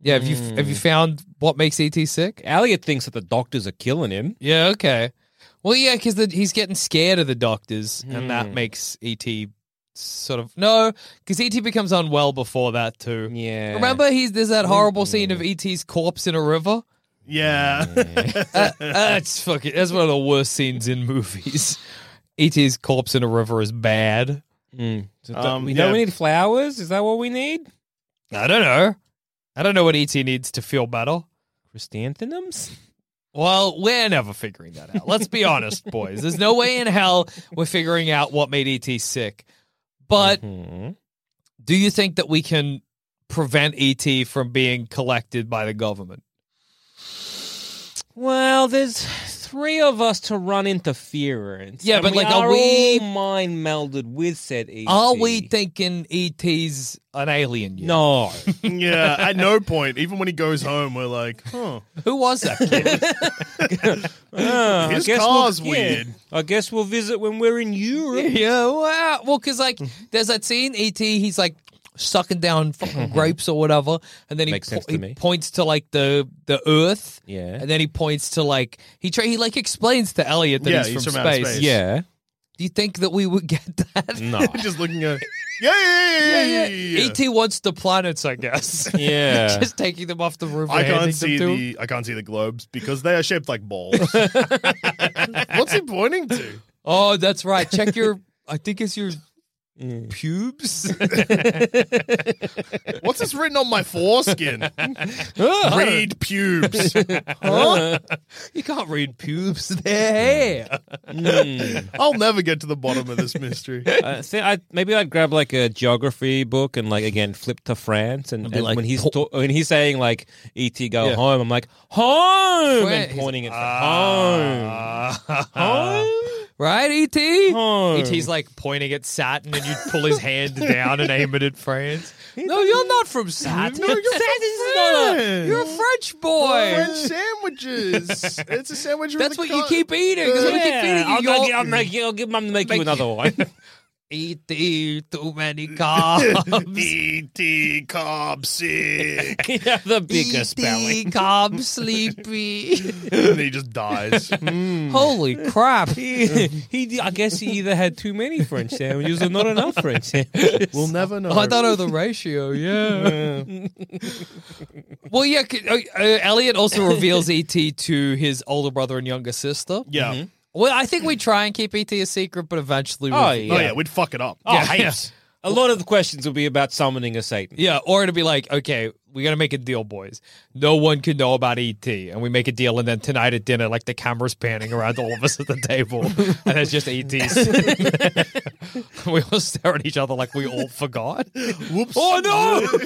Speaker 3: Yeah, have you have you found what makes ET sick?
Speaker 4: Elliot thinks that the doctors are killing him.
Speaker 3: Yeah, okay. Well, yeah, because he's getting scared of the doctors, and that makes ET sort of no, because ET becomes unwell before that too.
Speaker 4: Yeah.
Speaker 3: Remember, he's there's that horrible scene of ET's corpse in a river.
Speaker 2: Yeah.
Speaker 3: That's fucking. That's one of the worst scenes in movies. ET's corpse in a river is bad.
Speaker 4: So
Speaker 2: Um,
Speaker 4: we know
Speaker 2: yeah.
Speaker 4: we need flowers. Is that what we need?
Speaker 3: I don't know. I don't know what ET needs to feel better.
Speaker 4: Chrysanthemums.
Speaker 3: Well, we're never figuring that out. Let's be honest, boys. There's no way in hell we're figuring out what made ET sick. But
Speaker 4: Hmm.
Speaker 3: do you think that we can prevent ET from being collected by the government?
Speaker 4: Well, there's three of us to run interference.
Speaker 3: Yeah,
Speaker 4: And
Speaker 3: but,
Speaker 4: we
Speaker 3: like, are we-
Speaker 4: all mind melded with said E ET?
Speaker 3: Are we thinking ET's an alien? Yet?
Speaker 4: No.
Speaker 2: yeah. At no point, even when he goes home, we're like, huh.
Speaker 3: Who was that kid?
Speaker 4: Uh, I
Speaker 2: His
Speaker 4: guess we'll-
Speaker 2: car's
Speaker 4: yeah.
Speaker 2: weird.
Speaker 4: I guess we'll visit when we're in Europe.
Speaker 3: yeah, wow. Well, because like there's that scene ET. He's like sucking down fucking grapes or whatever, and then he,
Speaker 4: Makes sense to
Speaker 3: he
Speaker 4: me.
Speaker 3: points to like the the Earth.
Speaker 4: Yeah.
Speaker 3: and then he points to like he tra- he like explains to Elliot that
Speaker 2: Yeah,
Speaker 3: he's,
Speaker 2: he's
Speaker 3: from,
Speaker 2: from outer
Speaker 3: space.
Speaker 2: space.
Speaker 4: Yeah.
Speaker 3: Do you think that we would get that?
Speaker 4: No.
Speaker 2: Just looking at. Yeah, yeah, yeah, yeah, yeah, E yeah, yeah.
Speaker 3: ET wants the planets, I guess.
Speaker 4: Yeah.
Speaker 3: Just taking them off the roof.
Speaker 2: I
Speaker 3: and handing
Speaker 2: can't see
Speaker 3: them to him.
Speaker 2: the I can't see the globes because they are shaped like balls. What's he pointing to?
Speaker 3: Oh, that's right. Check your. I think it's your pubes.
Speaker 2: What's this written on my foreskin?
Speaker 3: Uh-huh.
Speaker 2: Read pubes.
Speaker 3: Huh? you can't read pubes. There.
Speaker 2: I'll never get to the bottom of this mystery.
Speaker 4: I think I maybe I'd grab like a geography book and like again flip to France and,
Speaker 3: be
Speaker 4: and
Speaker 3: like,
Speaker 4: when he's
Speaker 3: "Po-
Speaker 4: ta- when he's saying like ET go
Speaker 3: Yeah.
Speaker 4: home I'm like home
Speaker 3: Where-
Speaker 4: and pointing at the
Speaker 2: Ah.
Speaker 3: Right, E E.T.?
Speaker 4: Home.
Speaker 3: E.T.'s E like pointing at Saturn and you'd pull his hand down and aim it at France. No, you're not from Saturn.
Speaker 2: No, you're from
Speaker 3: Saturn's not a,
Speaker 2: France.
Speaker 3: You're a French boy.
Speaker 2: French sandwiches. It's a sandwich.
Speaker 3: That's
Speaker 2: with
Speaker 3: what
Speaker 2: a
Speaker 3: you
Speaker 2: cut.
Speaker 3: keep eating. That's what we keep feeding
Speaker 4: I'll,
Speaker 3: you.
Speaker 4: go-
Speaker 3: You're-
Speaker 4: I'll make you. I'll give mum make,
Speaker 3: Make-
Speaker 4: you another one.
Speaker 3: E.T., E too many carbs.
Speaker 2: E E.T. Cobb sick.
Speaker 4: yeah, the biggest
Speaker 3: E.T.,
Speaker 4: belly.
Speaker 3: carb E sleepy.
Speaker 2: and he just dies.
Speaker 3: Mm. Holy crap.
Speaker 4: he, he- I guess he either had too many French sandwiches or not enough French sandwiches.
Speaker 2: We'll never know.
Speaker 3: Oh, I don't know the ratio. Yeah. well, yeah. c- Uh, uh, Elliot also reveals ET to his older brother and younger sister.
Speaker 2: Yeah.
Speaker 3: Well, I think we try and keep ET a secret, but eventually, we'll
Speaker 4: Oh,
Speaker 3: reveal
Speaker 2: Oh
Speaker 3: it.
Speaker 2: yeah, we'd fuck it up.
Speaker 4: Oh,
Speaker 3: Yeah.
Speaker 4: heaps. A lot of the questions will be about summoning a Satan.
Speaker 3: yeah. Or it'll be like, okay, we gotta make a deal, boys. No one can know about ET, and we make a deal, and then tonight at dinner, like the camera's panning around all of us at the table, and it's just ETs. we all stare at each other like we all forgot.
Speaker 2: Whoops.
Speaker 3: Oh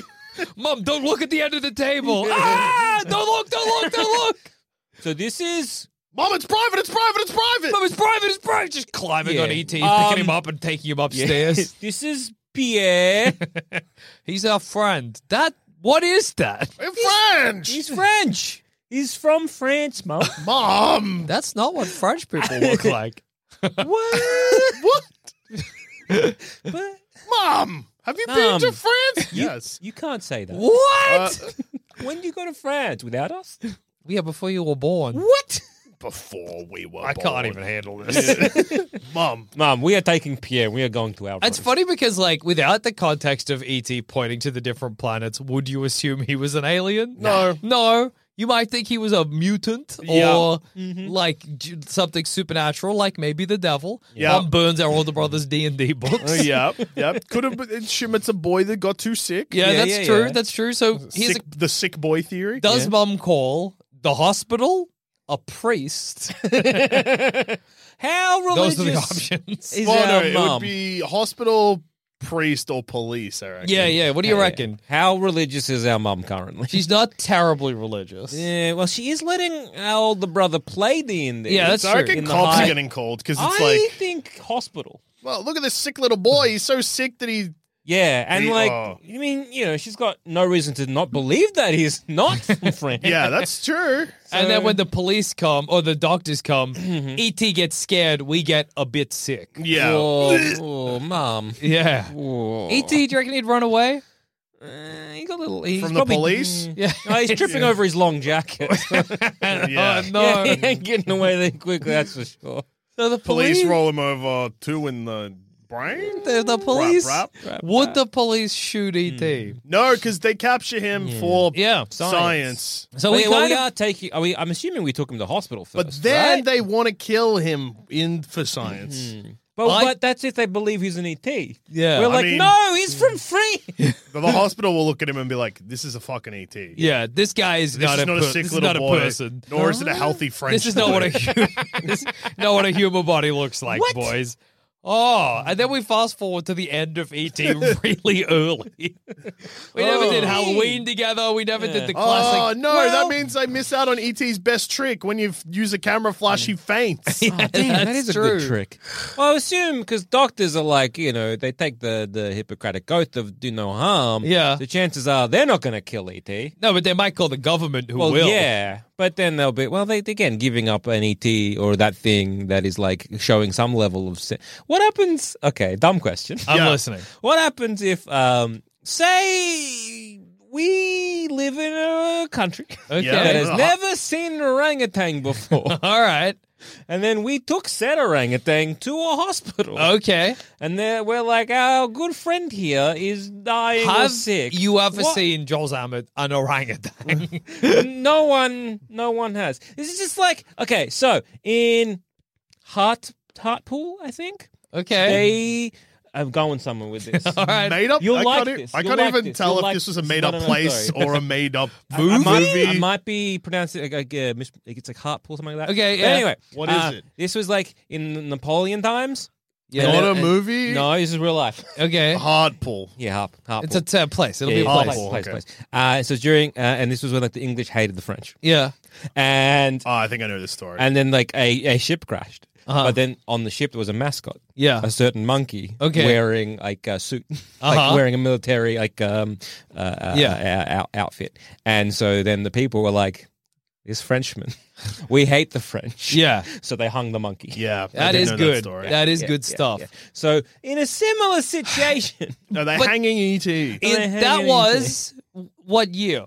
Speaker 3: no! Mom, don't look at the end of the table. Ah! Don't look, don't look, don't look.
Speaker 4: So this is
Speaker 2: Mom, it's private. It's private. It's private.
Speaker 3: Mom, it's private, it's private. Just climbing
Speaker 4: Yeah.
Speaker 3: on ET, picking
Speaker 4: Um,
Speaker 3: him up and taking him upstairs.
Speaker 4: this is Pierre.
Speaker 3: He's our friend. That what is that?
Speaker 2: In French.
Speaker 4: He's French. He's from France, mum.
Speaker 2: Mom.
Speaker 3: That's not what French people look like.
Speaker 4: what?
Speaker 2: What?
Speaker 4: But
Speaker 2: Mom. Have you
Speaker 4: Mom.
Speaker 2: been to France? yes.
Speaker 4: you can't say that.
Speaker 2: Uh,
Speaker 3: What?
Speaker 4: When do you go to France without us?
Speaker 3: yeah, before you were born.
Speaker 4: What?
Speaker 2: before we were.
Speaker 3: I
Speaker 2: born.
Speaker 3: can't even handle this.
Speaker 2: Mom.
Speaker 4: Mum, we are taking Pierre. We are going to our.
Speaker 3: It's funny because, like, without the context of ET pointing to the different planets, would you assume he was an alien? No. No. You might think he was a mutant or like j- something supernatural, like maybe the devil.
Speaker 2: Yeah.
Speaker 3: Mom burns our older brother's D and D books.
Speaker 2: yep. Yep. Could have been Shim, it's a boy that got too sick.
Speaker 3: Yeah,
Speaker 4: Yeah,
Speaker 3: that's
Speaker 4: yeah,
Speaker 3: true.
Speaker 4: yeah.
Speaker 3: That's true. So here's
Speaker 2: Sick,
Speaker 3: a,
Speaker 2: the sick boy theory.
Speaker 3: does mom call the hospital a priest?
Speaker 4: How religious?
Speaker 3: Those are the options.
Speaker 4: Is
Speaker 2: Well, no,
Speaker 4: our
Speaker 2: it
Speaker 4: mum?
Speaker 3: um,
Speaker 2: would be hospital, priest, or police. I reckon.
Speaker 3: yeah, yeah. What do you reckon?
Speaker 4: How religious is our mum currently?
Speaker 3: She's not terribly religious.
Speaker 4: Yeah, well, she is letting our older brother play the in there.
Speaker 3: Yeah, that's
Speaker 2: So I
Speaker 3: true.
Speaker 2: reckon
Speaker 3: In the
Speaker 2: cops
Speaker 3: high-
Speaker 2: are getting called because it's
Speaker 4: I
Speaker 2: like,
Speaker 4: think hospital.
Speaker 2: well, look at this sick little boy. He's so sick that he.
Speaker 4: Yeah, and
Speaker 2: The-
Speaker 4: like,
Speaker 2: oh.
Speaker 4: I mean, you know, she's got no reason to not believe that he's not from France.
Speaker 2: Yeah, that's true.
Speaker 3: and then when
Speaker 4: Mm.
Speaker 3: the police come or the doctors come,
Speaker 4: Mm-hmm.
Speaker 3: ET gets scared. We get a bit sick.
Speaker 2: Yeah.
Speaker 4: Oh, oh mum.
Speaker 3: E Yeah. ET, do you reckon he'd run away?
Speaker 4: Uh, he
Speaker 3: he got a little. He's
Speaker 2: From the
Speaker 3: probably-
Speaker 2: police?
Speaker 3: Yeah.
Speaker 4: Oh, he's tripping over his long jacket.
Speaker 2: Yeah.
Speaker 3: Oh, no.
Speaker 4: no, he ain't getting away that quickly. That's for sure.
Speaker 3: So the
Speaker 2: Police
Speaker 3: police.
Speaker 2: roll him over two in the brain.
Speaker 3: The, the police.
Speaker 2: rap.
Speaker 3: Would the police shoot E ET?
Speaker 4: Hmm.
Speaker 2: No, because they capture him for
Speaker 3: Yeah.
Speaker 2: science.
Speaker 3: So
Speaker 4: Wait,
Speaker 3: we
Speaker 4: well,
Speaker 3: kind
Speaker 4: we
Speaker 3: of-
Speaker 4: are taking. Are we, I'm assuming we took him to hospital first.
Speaker 2: But then
Speaker 4: right?
Speaker 2: they want to kill him in for science.
Speaker 3: Mm-hmm.
Speaker 4: But,
Speaker 3: I-
Speaker 4: but that's if they believe he's an ET.
Speaker 3: Yeah.
Speaker 4: We're
Speaker 3: I
Speaker 4: like,
Speaker 2: mean-
Speaker 4: no, he's from free.
Speaker 2: But the hospital will look at him and be like, "This is a fucking ET.
Speaker 3: Yeah, this guy is
Speaker 2: This
Speaker 3: not
Speaker 2: is
Speaker 3: a
Speaker 2: not a
Speaker 3: per-
Speaker 2: sick
Speaker 3: this is
Speaker 2: little
Speaker 3: not
Speaker 2: boy,
Speaker 3: a person.
Speaker 2: nor is it a healthy French.
Speaker 3: This is not what a
Speaker 2: boy.
Speaker 3: human, this is not what a human body looks like, boys. Oh, and then we fast forward to the end of ET really early. we never did
Speaker 4: Oh.
Speaker 3: Halloween together. We never did the classic.
Speaker 2: Oh no,
Speaker 3: Well,
Speaker 2: that means I miss out on ET's best trick. When you f- use a camera flash, he faints.
Speaker 3: yeah,
Speaker 4: Damn, that
Speaker 3: that's
Speaker 4: is a
Speaker 3: true.
Speaker 4: good trick. Well, I assume because doctors are like, you know, they take the, the Hippocratic oath of do no harm.
Speaker 3: Yeah.
Speaker 4: The chances are they're not going to kill ET.
Speaker 3: No, but they might call the government who
Speaker 4: Well,
Speaker 3: will.
Speaker 4: yeah, but then they'll be well. They again giving up an ET or that thing that is like showing some level of. se- What happens? Okay, dumb question.
Speaker 3: I'm
Speaker 2: Yeah.
Speaker 3: listening.
Speaker 4: What happens if, um, say, we live in a country
Speaker 3: Okay.
Speaker 2: Yeah.
Speaker 4: that has
Speaker 2: Uh-huh.
Speaker 4: never seen an orangutan before,
Speaker 3: All right.
Speaker 4: and then we took said orangutan to a hospital,
Speaker 3: Okay.
Speaker 4: and there we're like, our good friend here is dying or
Speaker 3: Have
Speaker 4: sick.
Speaker 3: you ever
Speaker 4: What-
Speaker 3: seen Joel Zammett an orangutan?
Speaker 4: no one, no one has. This is just like okay. So in Hart Hartpool, I think
Speaker 3: okay.
Speaker 4: they. I'm going somewhere with this.
Speaker 3: All right.
Speaker 2: made up.
Speaker 4: You'll
Speaker 2: I
Speaker 4: like
Speaker 2: can't, e-
Speaker 4: this.
Speaker 2: I
Speaker 4: You'll
Speaker 2: can't
Speaker 4: like
Speaker 2: even
Speaker 4: this.
Speaker 2: tell
Speaker 4: You'll
Speaker 2: if
Speaker 4: like
Speaker 2: this was a
Speaker 4: this.
Speaker 2: made
Speaker 4: No,
Speaker 2: up
Speaker 4: no, no,
Speaker 2: place
Speaker 4: sorry.
Speaker 2: or a made up
Speaker 4: I- I
Speaker 2: movie.
Speaker 4: might, I might be pronouncing it like, uh, mis- it's like Hartpool, something like that.
Speaker 3: Okay,
Speaker 4: But
Speaker 3: yeah.
Speaker 4: anyway,
Speaker 2: What is
Speaker 4: uh,
Speaker 2: it?
Speaker 4: This was like in Napoleon times.
Speaker 2: not
Speaker 3: Yeah.
Speaker 2: a movie.
Speaker 4: No, this is real life.
Speaker 3: Okay.
Speaker 2: hard pull.
Speaker 4: Yeah, Harp. Hartpool.
Speaker 3: Oh, It's a uh, place. It'll
Speaker 4: yeah,
Speaker 3: be
Speaker 4: yeah,
Speaker 3: a
Speaker 2: yeah.
Speaker 3: place.
Speaker 2: Hartpool,
Speaker 4: place,
Speaker 2: okay.
Speaker 4: place. Uh, so during, uh, and this was when like the English hated the French,
Speaker 3: Yeah.
Speaker 4: and
Speaker 2: Oh, I think I know this story.
Speaker 4: and then like a, a ship crashed.
Speaker 3: Uh-huh.
Speaker 4: But then on the ship there was a mascot,
Speaker 3: Yeah.
Speaker 4: a certain monkey,
Speaker 3: Okay.
Speaker 4: wearing like a suit,
Speaker 3: Uh-huh.
Speaker 4: like wearing a military like um uh, uh,
Speaker 3: Yeah.
Speaker 4: uh, out- outfit. And so then the people were like, "This Frenchman, we hate the French."
Speaker 3: Yeah.
Speaker 4: So they hung the monkey.
Speaker 2: yeah, I
Speaker 3: That
Speaker 2: did
Speaker 3: is
Speaker 2: know
Speaker 3: good.
Speaker 2: story.
Speaker 3: that is
Speaker 4: Yeah,
Speaker 3: good
Speaker 4: yeah,
Speaker 3: stuff. Ah,
Speaker 4: yeah. So in a similar situation,
Speaker 2: no, they're
Speaker 3: but-
Speaker 2: hanging E ET.
Speaker 3: It-
Speaker 4: Hang
Speaker 3: that
Speaker 4: on,
Speaker 3: was what year?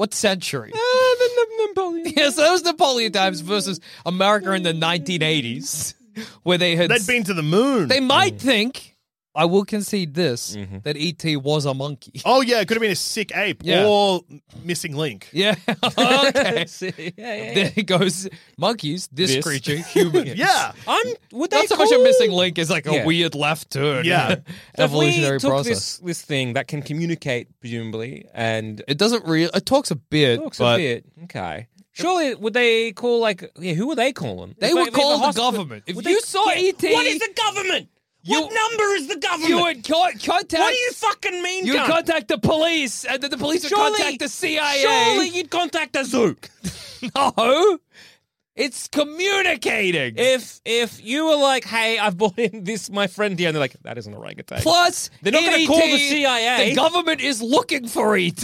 Speaker 3: What century?
Speaker 4: Ah, the N- Napoleon.
Speaker 3: yeah, so that was Napoleon times versus America in the 1980s, where they had.
Speaker 2: They'd been to the moon.
Speaker 3: they might think, I will concede this, that E.T. was a monkey.
Speaker 2: oh yeah, it could have been a sick ape
Speaker 3: Yeah.
Speaker 2: or missing link.
Speaker 3: Yeah. okay.
Speaker 4: See, yeah, yeah, yeah.
Speaker 3: there it goes. Monkeys, this,
Speaker 4: This.
Speaker 3: creature, human.
Speaker 2: Yeah.
Speaker 4: I'm. Would they
Speaker 3: Not so much a
Speaker 4: call-
Speaker 3: missing link as like a
Speaker 4: Yeah.
Speaker 3: weird left turn.
Speaker 2: Yeah.
Speaker 3: in the
Speaker 4: If
Speaker 3: Evolutionary
Speaker 4: we took
Speaker 3: process.
Speaker 4: This, this thing that can communicate, presumably, and
Speaker 3: It doesn't really. It talks a bit.
Speaker 4: Looks
Speaker 3: but
Speaker 4: a bit okay. Surely, would they call like yeah? Who were they calling?
Speaker 3: They
Speaker 4: If
Speaker 3: would
Speaker 4: if
Speaker 3: call the
Speaker 4: hospital-
Speaker 3: government. If
Speaker 4: would
Speaker 3: you saw E ET
Speaker 4: what is the E government? what
Speaker 3: You-
Speaker 4: number is the government?
Speaker 3: You would co- contact.
Speaker 4: what do you fucking mean?
Speaker 3: You would
Speaker 4: cunt?
Speaker 3: contact the police, and then the police would
Speaker 4: Surely-
Speaker 3: contact the CIA.
Speaker 4: Surely you'd contact a zoo.
Speaker 3: no, it's communicating.
Speaker 4: if if you were like, hey, I've brought in this my friend here, and they're like, that is an orangutan.
Speaker 3: Plus,
Speaker 4: They're not gonna
Speaker 3: going to
Speaker 4: call the CIA.
Speaker 3: The government is looking for ET.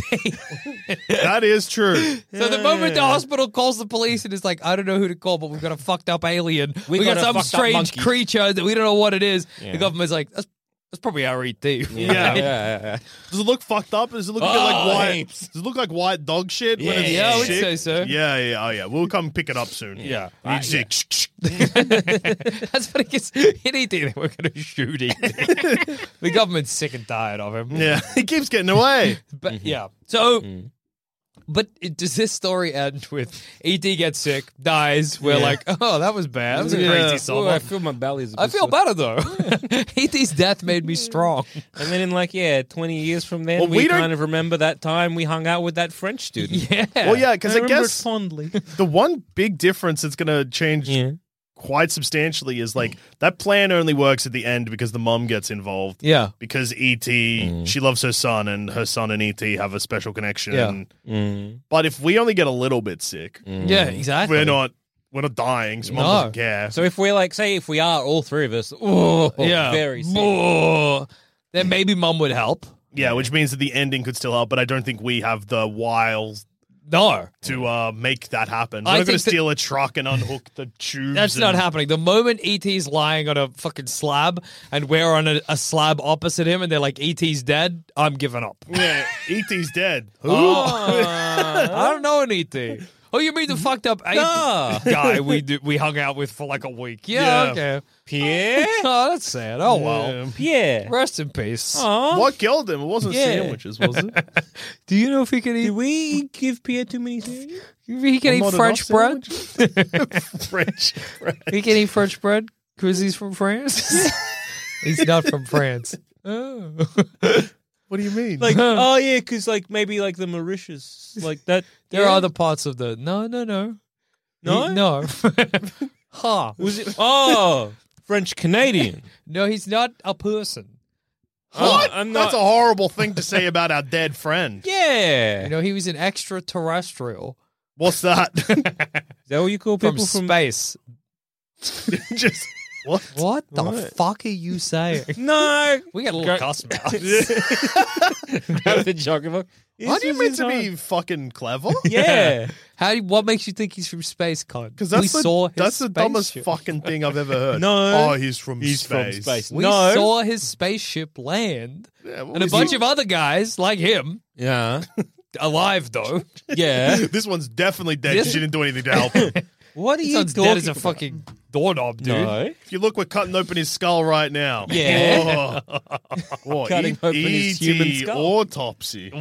Speaker 2: That is true.
Speaker 3: so the moment the hospital calls the police and is like, I don't know who to call, but we've got a fucked up alien.
Speaker 4: We
Speaker 3: got,
Speaker 4: got a
Speaker 3: some
Speaker 4: fucked up
Speaker 3: strange
Speaker 4: monkey."
Speaker 3: creature that we don't know what it is.
Speaker 4: Yeah.
Speaker 3: The government's like, that's, that's probably our E ET.
Speaker 2: Yeah.
Speaker 4: yeah, yeah,
Speaker 2: Does it look fucked up? Does it look a bit
Speaker 4: Oh,
Speaker 2: like white?
Speaker 4: apes.
Speaker 2: Does it look like white dog shit? when
Speaker 4: Yeah,
Speaker 2: it's
Speaker 3: yeah, I would
Speaker 2: sick?
Speaker 3: say so.
Speaker 2: Yeah, yeah, oh yeah. We'll come pick it up soon. Yeah, you just hear ksh, ksh, ksh.
Speaker 3: That's what it gets. Anything that we're going to shoot ET. the government's sick and tired of him.
Speaker 2: yeah. Mm-hmm. Mm. He keeps getting away.
Speaker 3: But yeah. So, but it, does this story end with ET gets sick, dies? We're like, oh, that was bad. That was a
Speaker 2: Yeah.
Speaker 3: crazy
Speaker 4: Ooh,
Speaker 3: song.
Speaker 4: I feel my belly's.
Speaker 3: I feel better though. ET's death made me strong.
Speaker 4: And then in like yeah, twenty years from then,
Speaker 2: Well,
Speaker 4: we,
Speaker 2: we don't-
Speaker 4: kind of remember that time we hung out with that French student.
Speaker 3: Yeah.
Speaker 2: Well, yeah, because I,
Speaker 4: remember it
Speaker 2: guess
Speaker 4: fondly.
Speaker 2: the one big difference that's going to change
Speaker 4: Yeah.
Speaker 2: quite substantially is like that plan only works at the end because the mom gets involved.
Speaker 3: Yeah.
Speaker 2: Because ET,
Speaker 3: Mm.
Speaker 2: she loves her son, and her son and ET have a special connection.
Speaker 3: Yeah.
Speaker 2: But if we only get a little bit sick,
Speaker 3: Yeah, Mm. exactly.
Speaker 2: Mm. we're not we're not dying. So mom
Speaker 3: No.
Speaker 2: doesn't care.
Speaker 4: So if we're like, say, if we are all three of us, oh,
Speaker 3: Yeah.
Speaker 4: very sick.
Speaker 3: Oh, then maybe mum would help.
Speaker 2: yeah, which means that the ending could still help, but I don't think we have the while
Speaker 3: No.
Speaker 2: to uh, make that happen.
Speaker 3: I
Speaker 2: We're not going to
Speaker 3: think that-
Speaker 2: steal a truck and unhook the tubes.
Speaker 3: That's not
Speaker 2: and-
Speaker 3: happening. The moment ET's lying on a fucking slab and we're on a, a slab opposite him and they're like, ET's dead, I'm giving up. Oh.
Speaker 2: Yeah, E.T.'s dead. Who?
Speaker 3: I don't know an ET. Oh, you mean the fucked up ape guy we do, we hung out with for like a week? Yeah,
Speaker 2: Yeah.
Speaker 3: okay.
Speaker 4: Pierre?
Speaker 3: Oh, that's sad. Oh, well.
Speaker 2: Yeah.
Speaker 4: Pierre.
Speaker 3: Rest in peace.
Speaker 2: What killed him? It wasn't
Speaker 3: Yeah.
Speaker 2: sandwiches, was it?
Speaker 3: Do you know if he can eat?
Speaker 4: we give Pierre too many things?
Speaker 3: He can
Speaker 2: Not enough
Speaker 3: eat French bread.
Speaker 2: sandwiches? French bread.
Speaker 3: He can eat French bread because he's from France. he's not from France. Oh.
Speaker 2: What do you mean?
Speaker 4: Like, oh yeah, because like maybe like the Mauritius, like that.
Speaker 3: There
Speaker 4: yeah.
Speaker 3: are other parts of the no, no, no,
Speaker 4: No?
Speaker 3: He- no. ha!
Speaker 4: Was it? Oh, French Canadian.
Speaker 3: No, he's not a person.
Speaker 2: what?
Speaker 4: I'm- I'm
Speaker 2: That's a
Speaker 4: not-
Speaker 2: horrible thing to say about our dead friend.
Speaker 4: Yeah.
Speaker 3: You know, he was an extraterrestrial
Speaker 2: What's that?
Speaker 4: Is that what you call
Speaker 3: from
Speaker 4: people from?
Speaker 3: space.
Speaker 2: Just what?
Speaker 3: What the fuck are you saying?
Speaker 4: no.
Speaker 3: We got a little
Speaker 4: Go-
Speaker 3: cuss mouth.
Speaker 4: Grab the chocolate book.
Speaker 2: Aren't
Speaker 4: This
Speaker 2: you
Speaker 4: is
Speaker 2: meant
Speaker 4: his
Speaker 2: to
Speaker 4: heart.
Speaker 2: be fucking clever?
Speaker 4: Yeah.
Speaker 3: How? do- What makes you think he's from space, Con?
Speaker 2: Because that's
Speaker 3: we
Speaker 2: the,
Speaker 3: saw his
Speaker 2: that's the dumbest
Speaker 3: spaceship.
Speaker 2: fucking thing I've ever heard.
Speaker 4: No.
Speaker 2: Oh, he's from
Speaker 4: He's from
Speaker 2: space.
Speaker 4: space.
Speaker 3: We
Speaker 4: No.
Speaker 3: saw his spaceship land,
Speaker 2: Yeah, what
Speaker 3: and a
Speaker 2: was
Speaker 3: bunch
Speaker 2: he-
Speaker 3: of other guys like him,
Speaker 4: Yeah.
Speaker 3: alive though.
Speaker 4: Yeah.
Speaker 2: This one's definitely dead.
Speaker 3: This-
Speaker 2: She didn't do anything to help him.
Speaker 4: What are
Speaker 3: He
Speaker 4: you
Speaker 3: sounds
Speaker 4: talking
Speaker 3: dead as a
Speaker 4: about?
Speaker 3: fucking doorknob, dude.
Speaker 4: No.
Speaker 2: If you look, we're cutting open his skull right now.
Speaker 4: Yeah.
Speaker 2: Oh. What,
Speaker 4: Cutting open his human
Speaker 2: ET
Speaker 4: skull.
Speaker 2: Autopsy.
Speaker 3: Whoa,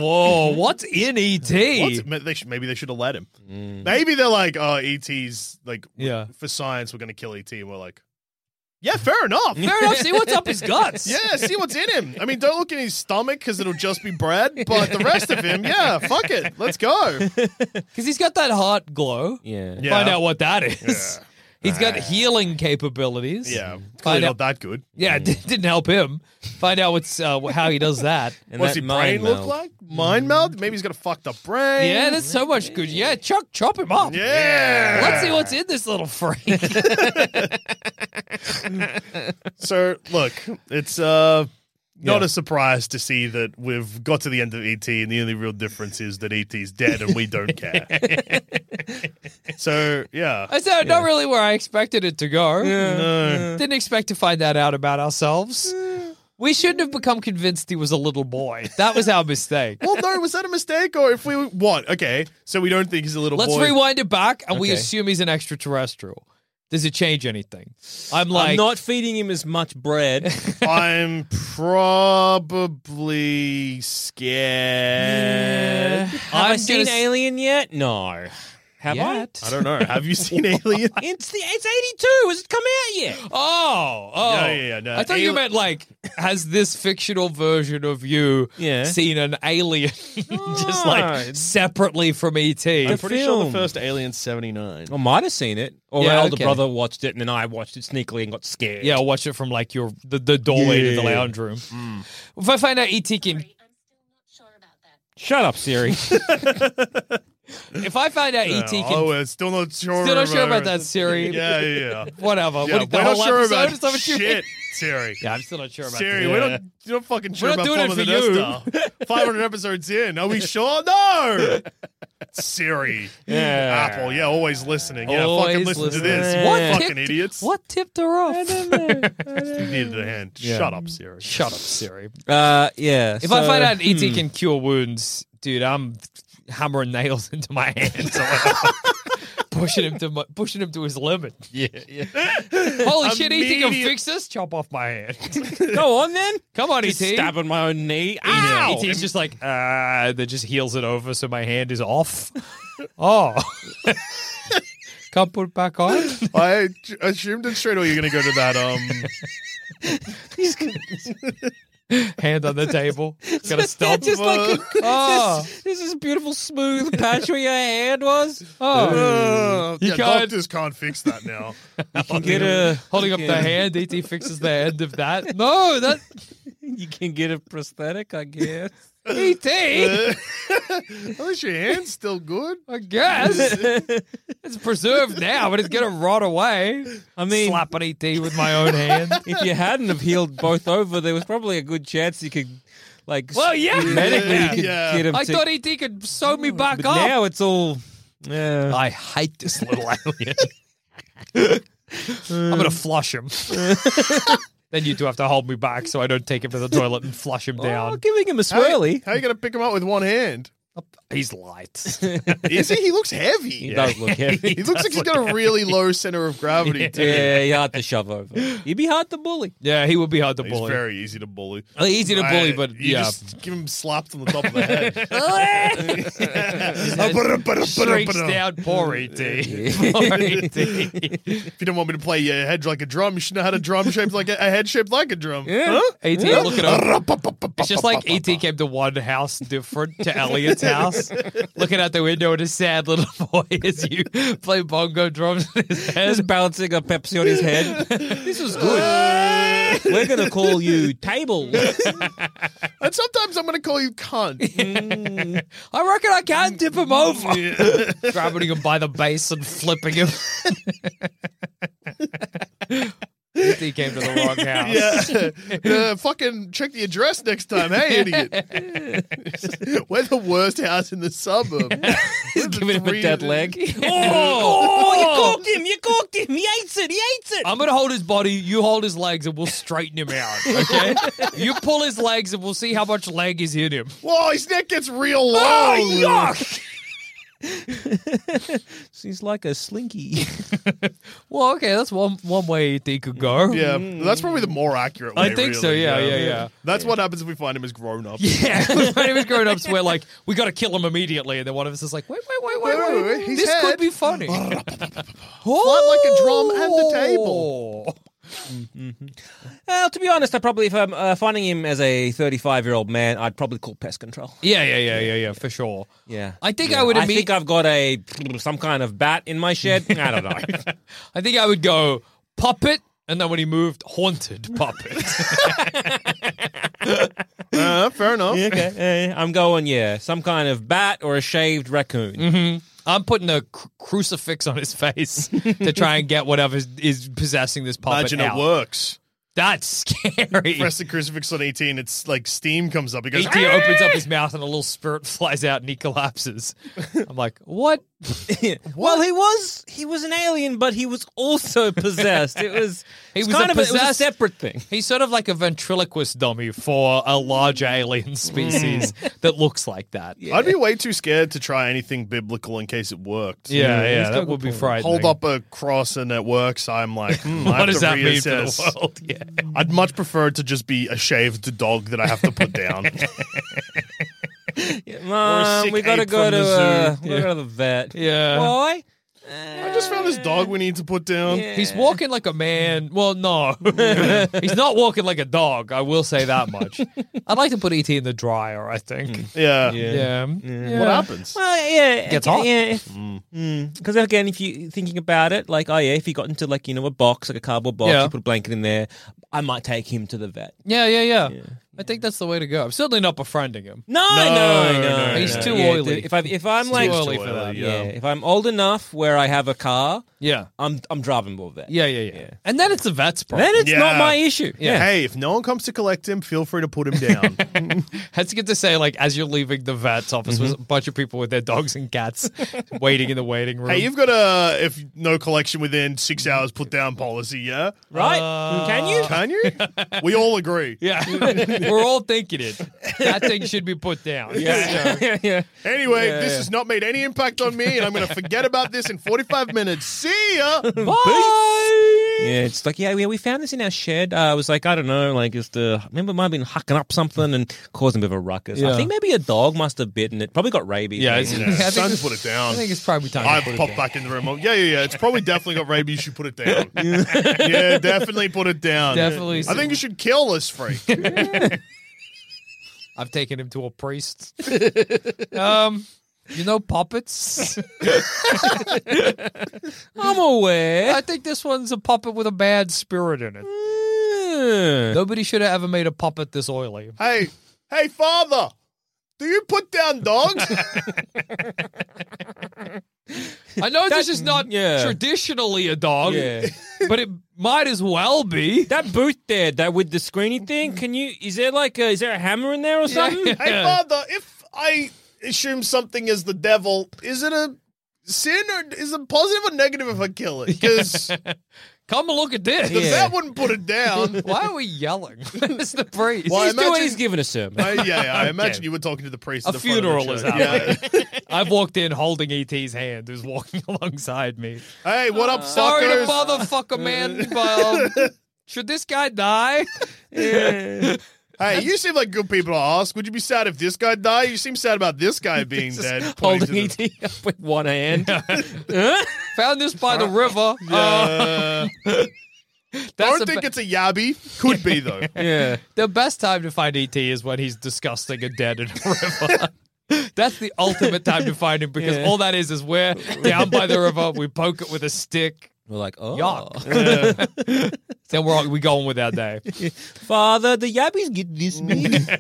Speaker 3: Oh, what's in E ET?
Speaker 2: What's- ma- they should- maybe they should have let him.
Speaker 3: Mm.
Speaker 2: Maybe they're like, oh, ET's like
Speaker 3: Yeah.
Speaker 2: for science, we're gonna kill ET, and we're like, yeah, fair enough.
Speaker 3: Fair enough. See what's up his guts.
Speaker 2: yeah, see what's in him. I mean, don't look in his stomach because it'll just be bread. But the rest of him, yeah, fuck it, let's go.
Speaker 3: Because he's got that heart glow.
Speaker 4: Yeah.
Speaker 2: Yeah.
Speaker 3: Find out what that is. He's got healing capabilities.
Speaker 2: Yeah, clearly
Speaker 3: Find
Speaker 2: not
Speaker 3: out.
Speaker 2: that good. Mm.
Speaker 3: Yeah, it didn't help him. Find out what's uh, wh- how he does that.
Speaker 4: And
Speaker 2: What's
Speaker 4: that
Speaker 2: his
Speaker 4: mind
Speaker 2: brain look
Speaker 4: meld.
Speaker 2: like? Mind meld? Maybe he's got a fucked up brain.
Speaker 3: Yeah, there's so much good. Yeah, Chuck, chop him up.
Speaker 2: Yeah.
Speaker 3: Let's see what's in this little freak.
Speaker 2: So look, it's uh not a surprise to see that we've got to the end of ET, and the only real difference is that ET's dead, and we don't care. so yeah,
Speaker 3: That's not, not really where I expected it to go.
Speaker 2: no,
Speaker 3: Didn't expect to find that out about ourselves. We shouldn't have become convinced he was a little boy. That was our mistake.
Speaker 2: well, no, was that a mistake, or if we what? Okay, so we don't think he's a little
Speaker 3: Let's
Speaker 2: boy.
Speaker 3: rewind it back, and we
Speaker 4: Okay.
Speaker 3: assume he's an extraterrestrial. Does it change anything? I'm like,
Speaker 4: I'm not feeding him as much bread.
Speaker 2: I'm probably scared.
Speaker 4: Have I
Speaker 3: I'm
Speaker 4: seen
Speaker 3: gonna s-
Speaker 4: Alien yet? No. Have
Speaker 3: Yet?
Speaker 2: I don't know. Have you seen Alien?
Speaker 4: I? It's the it's eighty two. Has it come out yet?
Speaker 3: Oh, oh,
Speaker 2: Yeah, yeah, yeah, no.
Speaker 3: I thought you
Speaker 2: Ali-
Speaker 3: meant like, has this fictional version of you
Speaker 4: Yeah.
Speaker 3: seen an alien, just like separately from E ET?
Speaker 2: I'm
Speaker 4: The film.
Speaker 2: Alien's 79.
Speaker 3: Oh,
Speaker 4: I might have seen it, or
Speaker 3: Yeah,
Speaker 4: my older
Speaker 3: okay.
Speaker 4: brother watched it, and then I watched it sneakily and got scared.
Speaker 3: yeah, I'll watch it from like your the, the doorway to the
Speaker 4: Yeah.
Speaker 3: lounge room. If I find out ET can,
Speaker 4: Shut up, Siri.
Speaker 3: if I find out ET E can,
Speaker 2: Oh, we're still not sure.
Speaker 3: still not sure about that Siri.
Speaker 2: Yeah, yeah, yeah.
Speaker 3: Whatever.
Speaker 2: Yeah,
Speaker 3: What, the
Speaker 2: we're not
Speaker 3: whole
Speaker 2: sure
Speaker 3: episode
Speaker 2: about
Speaker 3: is not what you-
Speaker 2: shit, Siri.
Speaker 3: Yeah, I'm still not sure about
Speaker 2: Siri,
Speaker 3: that.
Speaker 2: we're not, you're not fucking sure
Speaker 3: We're
Speaker 2: about
Speaker 3: not
Speaker 2: Flight of
Speaker 3: doing it
Speaker 2: the
Speaker 3: for
Speaker 2: Death Star. 500 episodes in. Are we sure? No! Siri.
Speaker 4: Yeah.
Speaker 2: Apple. Yeah, always listening. Yeah, fucking
Speaker 3: Always
Speaker 2: listen to
Speaker 3: listening.
Speaker 2: this.
Speaker 3: What
Speaker 2: fucking
Speaker 3: tipped-
Speaker 2: idiots.
Speaker 3: What tipped her off?
Speaker 2: You needed a hand. Shut up, Siri.
Speaker 3: Shut up, Siri.
Speaker 4: uh, yeah.
Speaker 3: If I find
Speaker 4: E
Speaker 3: out
Speaker 4: hmm.
Speaker 3: ET can cure wounds, dude, I'm hammering nails into my hands, or whatever. pushing him to my, pushing him to his limit. Yeah, yeah. Holy shit, ET can
Speaker 2: Immediate-
Speaker 3: fix this. Chop off my hand.
Speaker 4: go on then, E
Speaker 3: Come on, E
Speaker 4: just
Speaker 3: ET.
Speaker 4: stabbing my own knee.
Speaker 3: Yeah.
Speaker 4: Ow!
Speaker 3: ET's E just like ah, that just heals it over, so my hand is off. oh, can't put it back on.
Speaker 2: I j- assumed it straight away you're going to go to that. Um,
Speaker 3: Hand on the table. Gonna stop.
Speaker 4: just like
Speaker 3: Oh.
Speaker 4: this, this is beautiful, smooth patch where your hand was.
Speaker 3: Oh.
Speaker 2: uh,
Speaker 3: You
Speaker 2: yeah,
Speaker 3: can't-
Speaker 2: doctors can't fix that now.
Speaker 4: You can get a
Speaker 3: Holding up
Speaker 4: you
Speaker 3: the
Speaker 4: can-
Speaker 3: hand, ET fixes the end of that. No, that
Speaker 4: You can get a prosthetic, I guess.
Speaker 3: E ET.
Speaker 2: At least your hand's still good.
Speaker 3: I guess it's preserved now, but it's gonna rot away.
Speaker 4: I mean,
Speaker 3: Slap an ET with my own hand.
Speaker 4: if you hadn't have healed both over, there was probably a good chance you could Like,
Speaker 3: Well, yeah.
Speaker 4: medically,
Speaker 2: Yeah,
Speaker 4: you could
Speaker 2: yeah.
Speaker 4: get him.
Speaker 3: I
Speaker 4: to-
Speaker 3: thought he, he could sew me
Speaker 4: but
Speaker 3: back up.
Speaker 4: now it's all. Yeah.
Speaker 3: I hate this little alien. I'm gonna flush him. then you do have to hold me back so I don't take him to the toilet and flush him
Speaker 4: Oh,
Speaker 3: down.
Speaker 4: giving him a
Speaker 2: How,
Speaker 4: swirly.
Speaker 2: how are you going to pick him up with one hand?
Speaker 3: He's light.
Speaker 2: Is he? He looks heavy.
Speaker 4: He does look
Speaker 2: He,
Speaker 4: heavy.
Speaker 2: looks like he's got a really low center of gravity, too.
Speaker 4: yeah, he hard to shove over. He'd be hard to bully.
Speaker 3: yeah, he would be hard to
Speaker 2: He's
Speaker 3: bully.
Speaker 2: very easy to bully.
Speaker 4: Uh,
Speaker 3: Easy to bully, but
Speaker 2: you
Speaker 3: yeah.
Speaker 2: just give him slaps on the top of the head.
Speaker 3: Shrinks down, poor E ET. uh, Poor E ET.
Speaker 2: If you don't want me to play your head like a drum, you should know how to drum shaped like a, a head shaped like a drum. Huh?
Speaker 3: ET, look at him. It's just like ET came to one house different to Elliot's house, looking out the window at a sad little boy as you play bongo drums in his
Speaker 4: Just
Speaker 3: head.
Speaker 4: bouncing a Pepsi on his head. this is good. We're going to call you Table.
Speaker 2: And sometimes I'm going to call you cunt.
Speaker 3: I reckon I can tip him over. Grabbing him by the base and flipping him. he came to the wrong house.
Speaker 2: yeah. Uh, fucking check the address next time. Hey, idiot. We're the worst house in the suburb. We're the
Speaker 3: Giving him a
Speaker 2: three-
Speaker 3: dead leg.
Speaker 4: oh, you cooked him. You cooked him. He hates it. He hates it.
Speaker 3: I'm gonna hold his body, you hold his legs, and we'll straighten him out. Okay? you pull his legs and we'll see how much leg is in him.
Speaker 2: Whoa, his neck gets
Speaker 3: Oh,
Speaker 2: real long.
Speaker 4: He's like a slinky.
Speaker 3: Well, okay, that's one one way ET could go.
Speaker 2: Yeah, that's probably the more accurate way.
Speaker 3: I think so,
Speaker 2: really.
Speaker 3: yeah, yeah, yeah.
Speaker 2: That's what happens if we find him as grown up.
Speaker 3: Yeah, my name is grown ups where like we gotta kill him immediately, and then one of us is like, wait, wait, wait, wait,
Speaker 2: Wait,
Speaker 3: wait,
Speaker 2: wait, wait, he's
Speaker 3: this
Speaker 2: head.
Speaker 3: could be funny. Oh. Fly
Speaker 2: Fly like a drum at the table.
Speaker 4: Well, Mm-hmm. Uh, to be honest, I probably if I'm uh, finding him as a 35 year old man, I'd probably call pest control.
Speaker 3: Yeah, yeah, yeah, yeah, yeah, for sure.
Speaker 4: Yeah,
Speaker 3: I think I would
Speaker 4: I
Speaker 3: imme-
Speaker 4: think I've got a some kind of bat in my shed. I don't know.
Speaker 3: I think I would go puppet, and then when he moved, haunted puppet.
Speaker 2: Uh, fair enough.
Speaker 4: okay, I'm going. Yeah, some kind of bat or a shaved raccoon.
Speaker 3: I'm putting a cru- crucifix on his face to try and get whatever is, is possessing this puppet
Speaker 2: Imagine
Speaker 3: out.
Speaker 2: it works.
Speaker 3: That's scary.
Speaker 2: Press the crucifix on 18, it's like steam comes up. He goes,
Speaker 3: ET opens up his mouth and a little spirit flies out and he collapses. I'm like, what?
Speaker 4: Well, he was he was an alien, but he was also possessed. It was
Speaker 3: He
Speaker 4: it's
Speaker 3: was a
Speaker 4: kind of it was a
Speaker 3: possessed-
Speaker 4: separate thing.
Speaker 3: He's sort of like a ventriloquist dummy for a larger alien species that looks like that. Yeah,
Speaker 2: I'd be way too scared to try anything biblical in case it worked.
Speaker 3: yeah, that would be frightening.
Speaker 2: Hold up a cross and it works. I'm like, hmm, I
Speaker 3: What
Speaker 2: have
Speaker 3: does
Speaker 2: to
Speaker 3: that mean for
Speaker 2: reassess.
Speaker 3: the world? Yeah.
Speaker 2: I'd much prefer to just be a shaved dog that I have to put down.
Speaker 4: Mom,
Speaker 2: sick
Speaker 4: um, we gotta
Speaker 2: ape
Speaker 4: go
Speaker 2: from
Speaker 4: to
Speaker 2: the
Speaker 4: uh,
Speaker 2: zoo.
Speaker 4: we gotta go to the vet.
Speaker 3: Yeah.
Speaker 4: Why?
Speaker 2: I just found this dog we need to put down.
Speaker 3: He's walking like a man. Well, no. He's not walking like a dog. I will say that much. I'd like to put ET in the dryer, I think.
Speaker 2: Yeah.
Speaker 3: Yeah.
Speaker 2: What happens?
Speaker 4: Well, yeah,
Speaker 3: Gets
Speaker 4: again,
Speaker 3: hot.
Speaker 2: Mm.
Speaker 4: yeah. Because again, if you thinking about it, like, oh yeah, if he got into like you know a box, like a cardboard box,
Speaker 3: Yeah.
Speaker 4: you put a blanket in there, I might take him to the vet.
Speaker 3: Yeah, yeah, yeah. I think that's the way to go. I'm certainly not befriending him.
Speaker 4: No, no, no,
Speaker 2: no,
Speaker 3: He's
Speaker 4: no.
Speaker 3: too
Speaker 4: Yeah,
Speaker 3: oily.
Speaker 4: If I if I'm
Speaker 3: It's
Speaker 4: like
Speaker 3: too early for that.
Speaker 4: yeah, if I'm old enough where I have a car,
Speaker 3: Yeah.
Speaker 4: I'm I'm driving with that.
Speaker 3: Yeah, yeah, yeah. And then it's the vet's problem.
Speaker 4: Then it's
Speaker 2: Yeah.
Speaker 4: not my issue.
Speaker 2: Hey, if no one comes to collect him, feel free to put him down.
Speaker 3: That's good to say, like, as you're leaving the vet's office with a bunch of people with their dogs and cats waiting in the waiting room.
Speaker 2: hey, you've got a if no collection within six
Speaker 3: Mm.
Speaker 2: hours, put down policy. Yeah,
Speaker 4: Right? Can you?
Speaker 2: Can you? we all agree.
Speaker 3: yeah. We're all thinking it. That thing should be put down.
Speaker 4: Yeah, yeah, yeah.
Speaker 2: Anyway, this has not made any impact on me, and I'm going to forget about this in 45 minutes. See ya.
Speaker 3: Bye.
Speaker 4: Yeah, it's like, yeah, yeah, we found this in our shed. Uh, I was like, I don't know, like, it's the, remember, it might have been hucking up something and causing a bit of a ruckus. I
Speaker 3: Yeah.
Speaker 4: think maybe a dog must have bitten it. Probably got rabies.
Speaker 3: Yeah,
Speaker 4: maybe.
Speaker 3: it's-
Speaker 2: Yeah,
Speaker 3: I think
Speaker 2: son,
Speaker 3: this-
Speaker 2: put it down.
Speaker 3: I think it's probably time. to
Speaker 2: I
Speaker 3: put it
Speaker 2: popped
Speaker 3: down.
Speaker 2: back in the room. Yeah, yeah, yeah. It's probably definitely got rabies. You should put it down. yeah, definitely put it down.
Speaker 3: Definitely.
Speaker 2: I think you should kill this freak.
Speaker 3: I've taken him to a priest. um, you know puppets. I'm aware. I think this one's a puppet with a bad spirit in it. Nobody should have ever made a puppet this oily.
Speaker 2: hey, hey, father. Do you put down dogs?
Speaker 3: I know this is not
Speaker 4: yeah.
Speaker 3: traditionally a dog,
Speaker 4: Yeah.
Speaker 3: but it might as well be.
Speaker 4: That booth there, that with the screeny thing, can you? Is there like a, is there a hammer in there or something?
Speaker 2: Hey,
Speaker 3: Yeah.
Speaker 2: Father, if I assume something is the devil, is it a sin or is it positive or negative if I kill it? Because
Speaker 3: Come look at this.
Speaker 2: that wouldn't put it down.
Speaker 3: Why are we yelling? It's the priest.
Speaker 2: Well, I
Speaker 4: He's doing.
Speaker 2: imagine-
Speaker 4: He's giving a sermon.
Speaker 2: I, yeah, yeah, I imagine you were talking to the priest.
Speaker 3: a
Speaker 2: in the front of the
Speaker 3: funeral is
Speaker 2: church.
Speaker 3: happening. I've walked in holding ET's hand, who's walking alongside me.
Speaker 2: Yeah. Hey, what up,
Speaker 3: Sorry
Speaker 2: suckers?
Speaker 3: to motherfucker, man. but, um, should this guy die?
Speaker 2: Hey, you seem like good people to ask. Would you be sad if this guy died? You seem sad about this guy being
Speaker 3: Just
Speaker 2: dead. pointing
Speaker 4: Holding
Speaker 2: to
Speaker 4: ET
Speaker 2: the-
Speaker 4: up with one hand.
Speaker 3: Found this by the river. Uh,
Speaker 2: Uh,
Speaker 3: that's
Speaker 2: don't
Speaker 3: the
Speaker 2: think
Speaker 3: be-
Speaker 2: it's a yabby. Could be though.
Speaker 4: yeah.
Speaker 3: the best time to find ET is when he's disgusting and dead in a river. That's the ultimate time to find him because all that is is we're down by the river. We poke it with a stick.
Speaker 4: We're like, oh,
Speaker 3: Yuck. then we're all, we go on with our day.
Speaker 4: Father, the yabbies get this meat.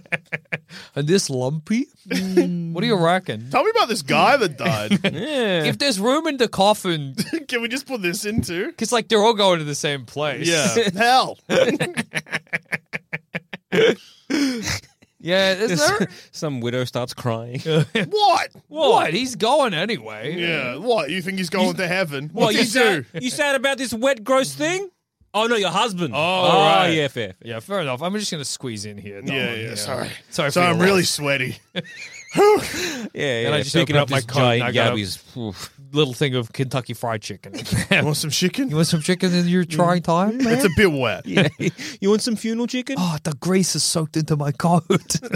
Speaker 3: And this lumpy? What do you reckon?
Speaker 2: Tell me about this guy that died.
Speaker 3: If there's room in the coffin,
Speaker 2: Can we just put this in too?
Speaker 3: because like they're all going to the same place.
Speaker 2: Yeah. Hell.
Speaker 3: Yeah. Is there?
Speaker 4: Some widow starts crying.
Speaker 2: What?
Speaker 3: what? He's going anyway.
Speaker 2: Yeah. What? You think he's going to heaven?
Speaker 4: Well,
Speaker 2: What'd
Speaker 4: you
Speaker 2: he do?
Speaker 4: sad, you sad about this wet, gross thing? Oh, no, your husband. Oh,
Speaker 3: right.
Speaker 4: yeah, fair.
Speaker 3: Yeah, fair enough. I'm just gonna squeeze in here.
Speaker 2: Yeah, yeah, Sorry.
Speaker 3: Sorry.
Speaker 2: So
Speaker 3: for your
Speaker 2: I'm really
Speaker 3: loss.
Speaker 2: sweaty.
Speaker 4: Yeah, yeah.
Speaker 3: I just
Speaker 4: picking
Speaker 3: opened
Speaker 4: up,
Speaker 3: up my
Speaker 4: my
Speaker 3: coat and
Speaker 4: giant
Speaker 3: I got a-
Speaker 4: yabbies. Oof.
Speaker 3: little thing of Kentucky Fried Chicken.
Speaker 2: You want some chicken?
Speaker 3: you want some chicken in your trying time, man?
Speaker 2: Mm. It's a bit wet.
Speaker 4: you want some funeral chicken?
Speaker 3: Oh, the grease is soaked into my coat.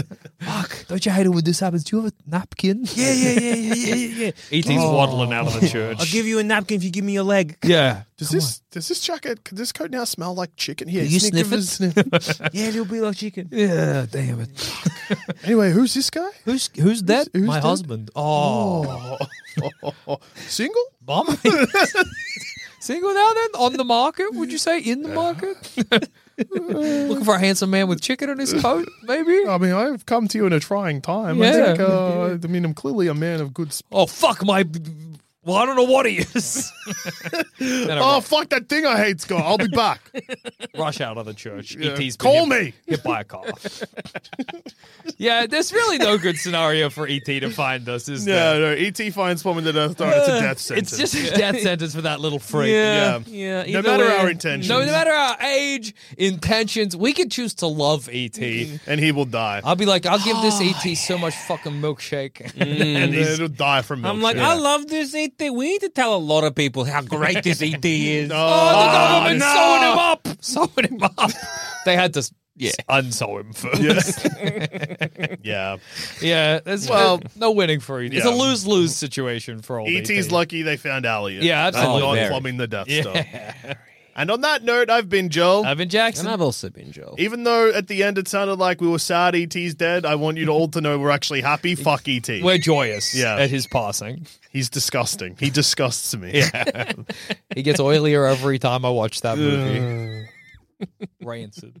Speaker 3: Fuck! Don't you hate it when this happens? Do you have a napkin? Yeah, yeah, yeah, yeah, yeah, yeah.
Speaker 4: E
Speaker 3: Et's
Speaker 2: Oh.
Speaker 3: waddling out of the church.
Speaker 4: Oh. I'll give you a napkin if you give me your leg.
Speaker 3: yeah.
Speaker 2: Does this does this jacket could this coat now smell like chicken? Here,
Speaker 3: Did you
Speaker 2: sneak
Speaker 3: sniff
Speaker 2: of
Speaker 3: it?
Speaker 2: a sniff.
Speaker 4: Yeah, it'll be like chicken.
Speaker 3: Yeah, damn it.
Speaker 2: anyway, who's this guy?
Speaker 3: Who's who's that?
Speaker 2: who's
Speaker 3: my
Speaker 2: that?
Speaker 3: husband. Oh,
Speaker 2: Single?
Speaker 3: bummer. Single now then? On the market? Would you say in the market? Looking for a handsome man with chicken on his coat, maybe?
Speaker 2: I mean, I've come to you in a trying time. I
Speaker 3: Yeah.
Speaker 2: think. Uh, I mean, I'm clearly a man of good. Sp-
Speaker 3: Oh fuck my! Well, I don't know what he is. then I
Speaker 2: oh fuck that thing I hate's gone. I'll be back.
Speaker 3: ru- rush out of the church.
Speaker 2: Yeah.
Speaker 3: ET's been
Speaker 2: Call
Speaker 3: hit-
Speaker 2: me.
Speaker 3: Hit by a car. yeah, there's really no good scenario for ET to find us, is
Speaker 2: no,
Speaker 3: there?
Speaker 2: no. Et finds woman that Earth. It's a death sentence.
Speaker 3: Uh, It's just a death sentence for that little freak.
Speaker 2: Yeah.
Speaker 3: yeah.
Speaker 2: No
Speaker 3: either
Speaker 2: matter
Speaker 3: way-
Speaker 2: our intentions.
Speaker 3: no, no matter our age, intentions, we could choose to love E ET.
Speaker 2: and he will die.
Speaker 3: I'll be like, I'll give this ET so much fucking milkshake. Mm.
Speaker 2: and it'll die from milk.
Speaker 4: I'm like,
Speaker 2: yeah.
Speaker 4: I love this ET. We need to tell a lot of people how great this ET is.
Speaker 3: Oh, the
Speaker 2: Oh,
Speaker 3: government
Speaker 2: no.
Speaker 3: sewing him up, sewing him up. they had to s- unsew him first. Yeah,
Speaker 2: yeah.
Speaker 3: there's
Speaker 2: Well,
Speaker 3: well, no winning for ET. It's a
Speaker 2: yeah.
Speaker 3: lose lose situation for E all
Speaker 2: ET's E lucky they found Alien.
Speaker 3: Yeah, absolutely.
Speaker 2: And
Speaker 4: Very.
Speaker 2: not plumbing the Death Star. And on that note, I've been Joel.
Speaker 3: Evan Jackson.
Speaker 4: And I've also been Joel.
Speaker 2: Even though at the end it sounded like we were sad ET's dead, I want you to all to know we're actually happy. Fuck ET.
Speaker 3: We're joyous
Speaker 2: Yeah.
Speaker 3: at his passing.
Speaker 2: He's disgusting. He disgusts me. Yeah.
Speaker 3: He gets oilier every time I watch that movie. Rancid.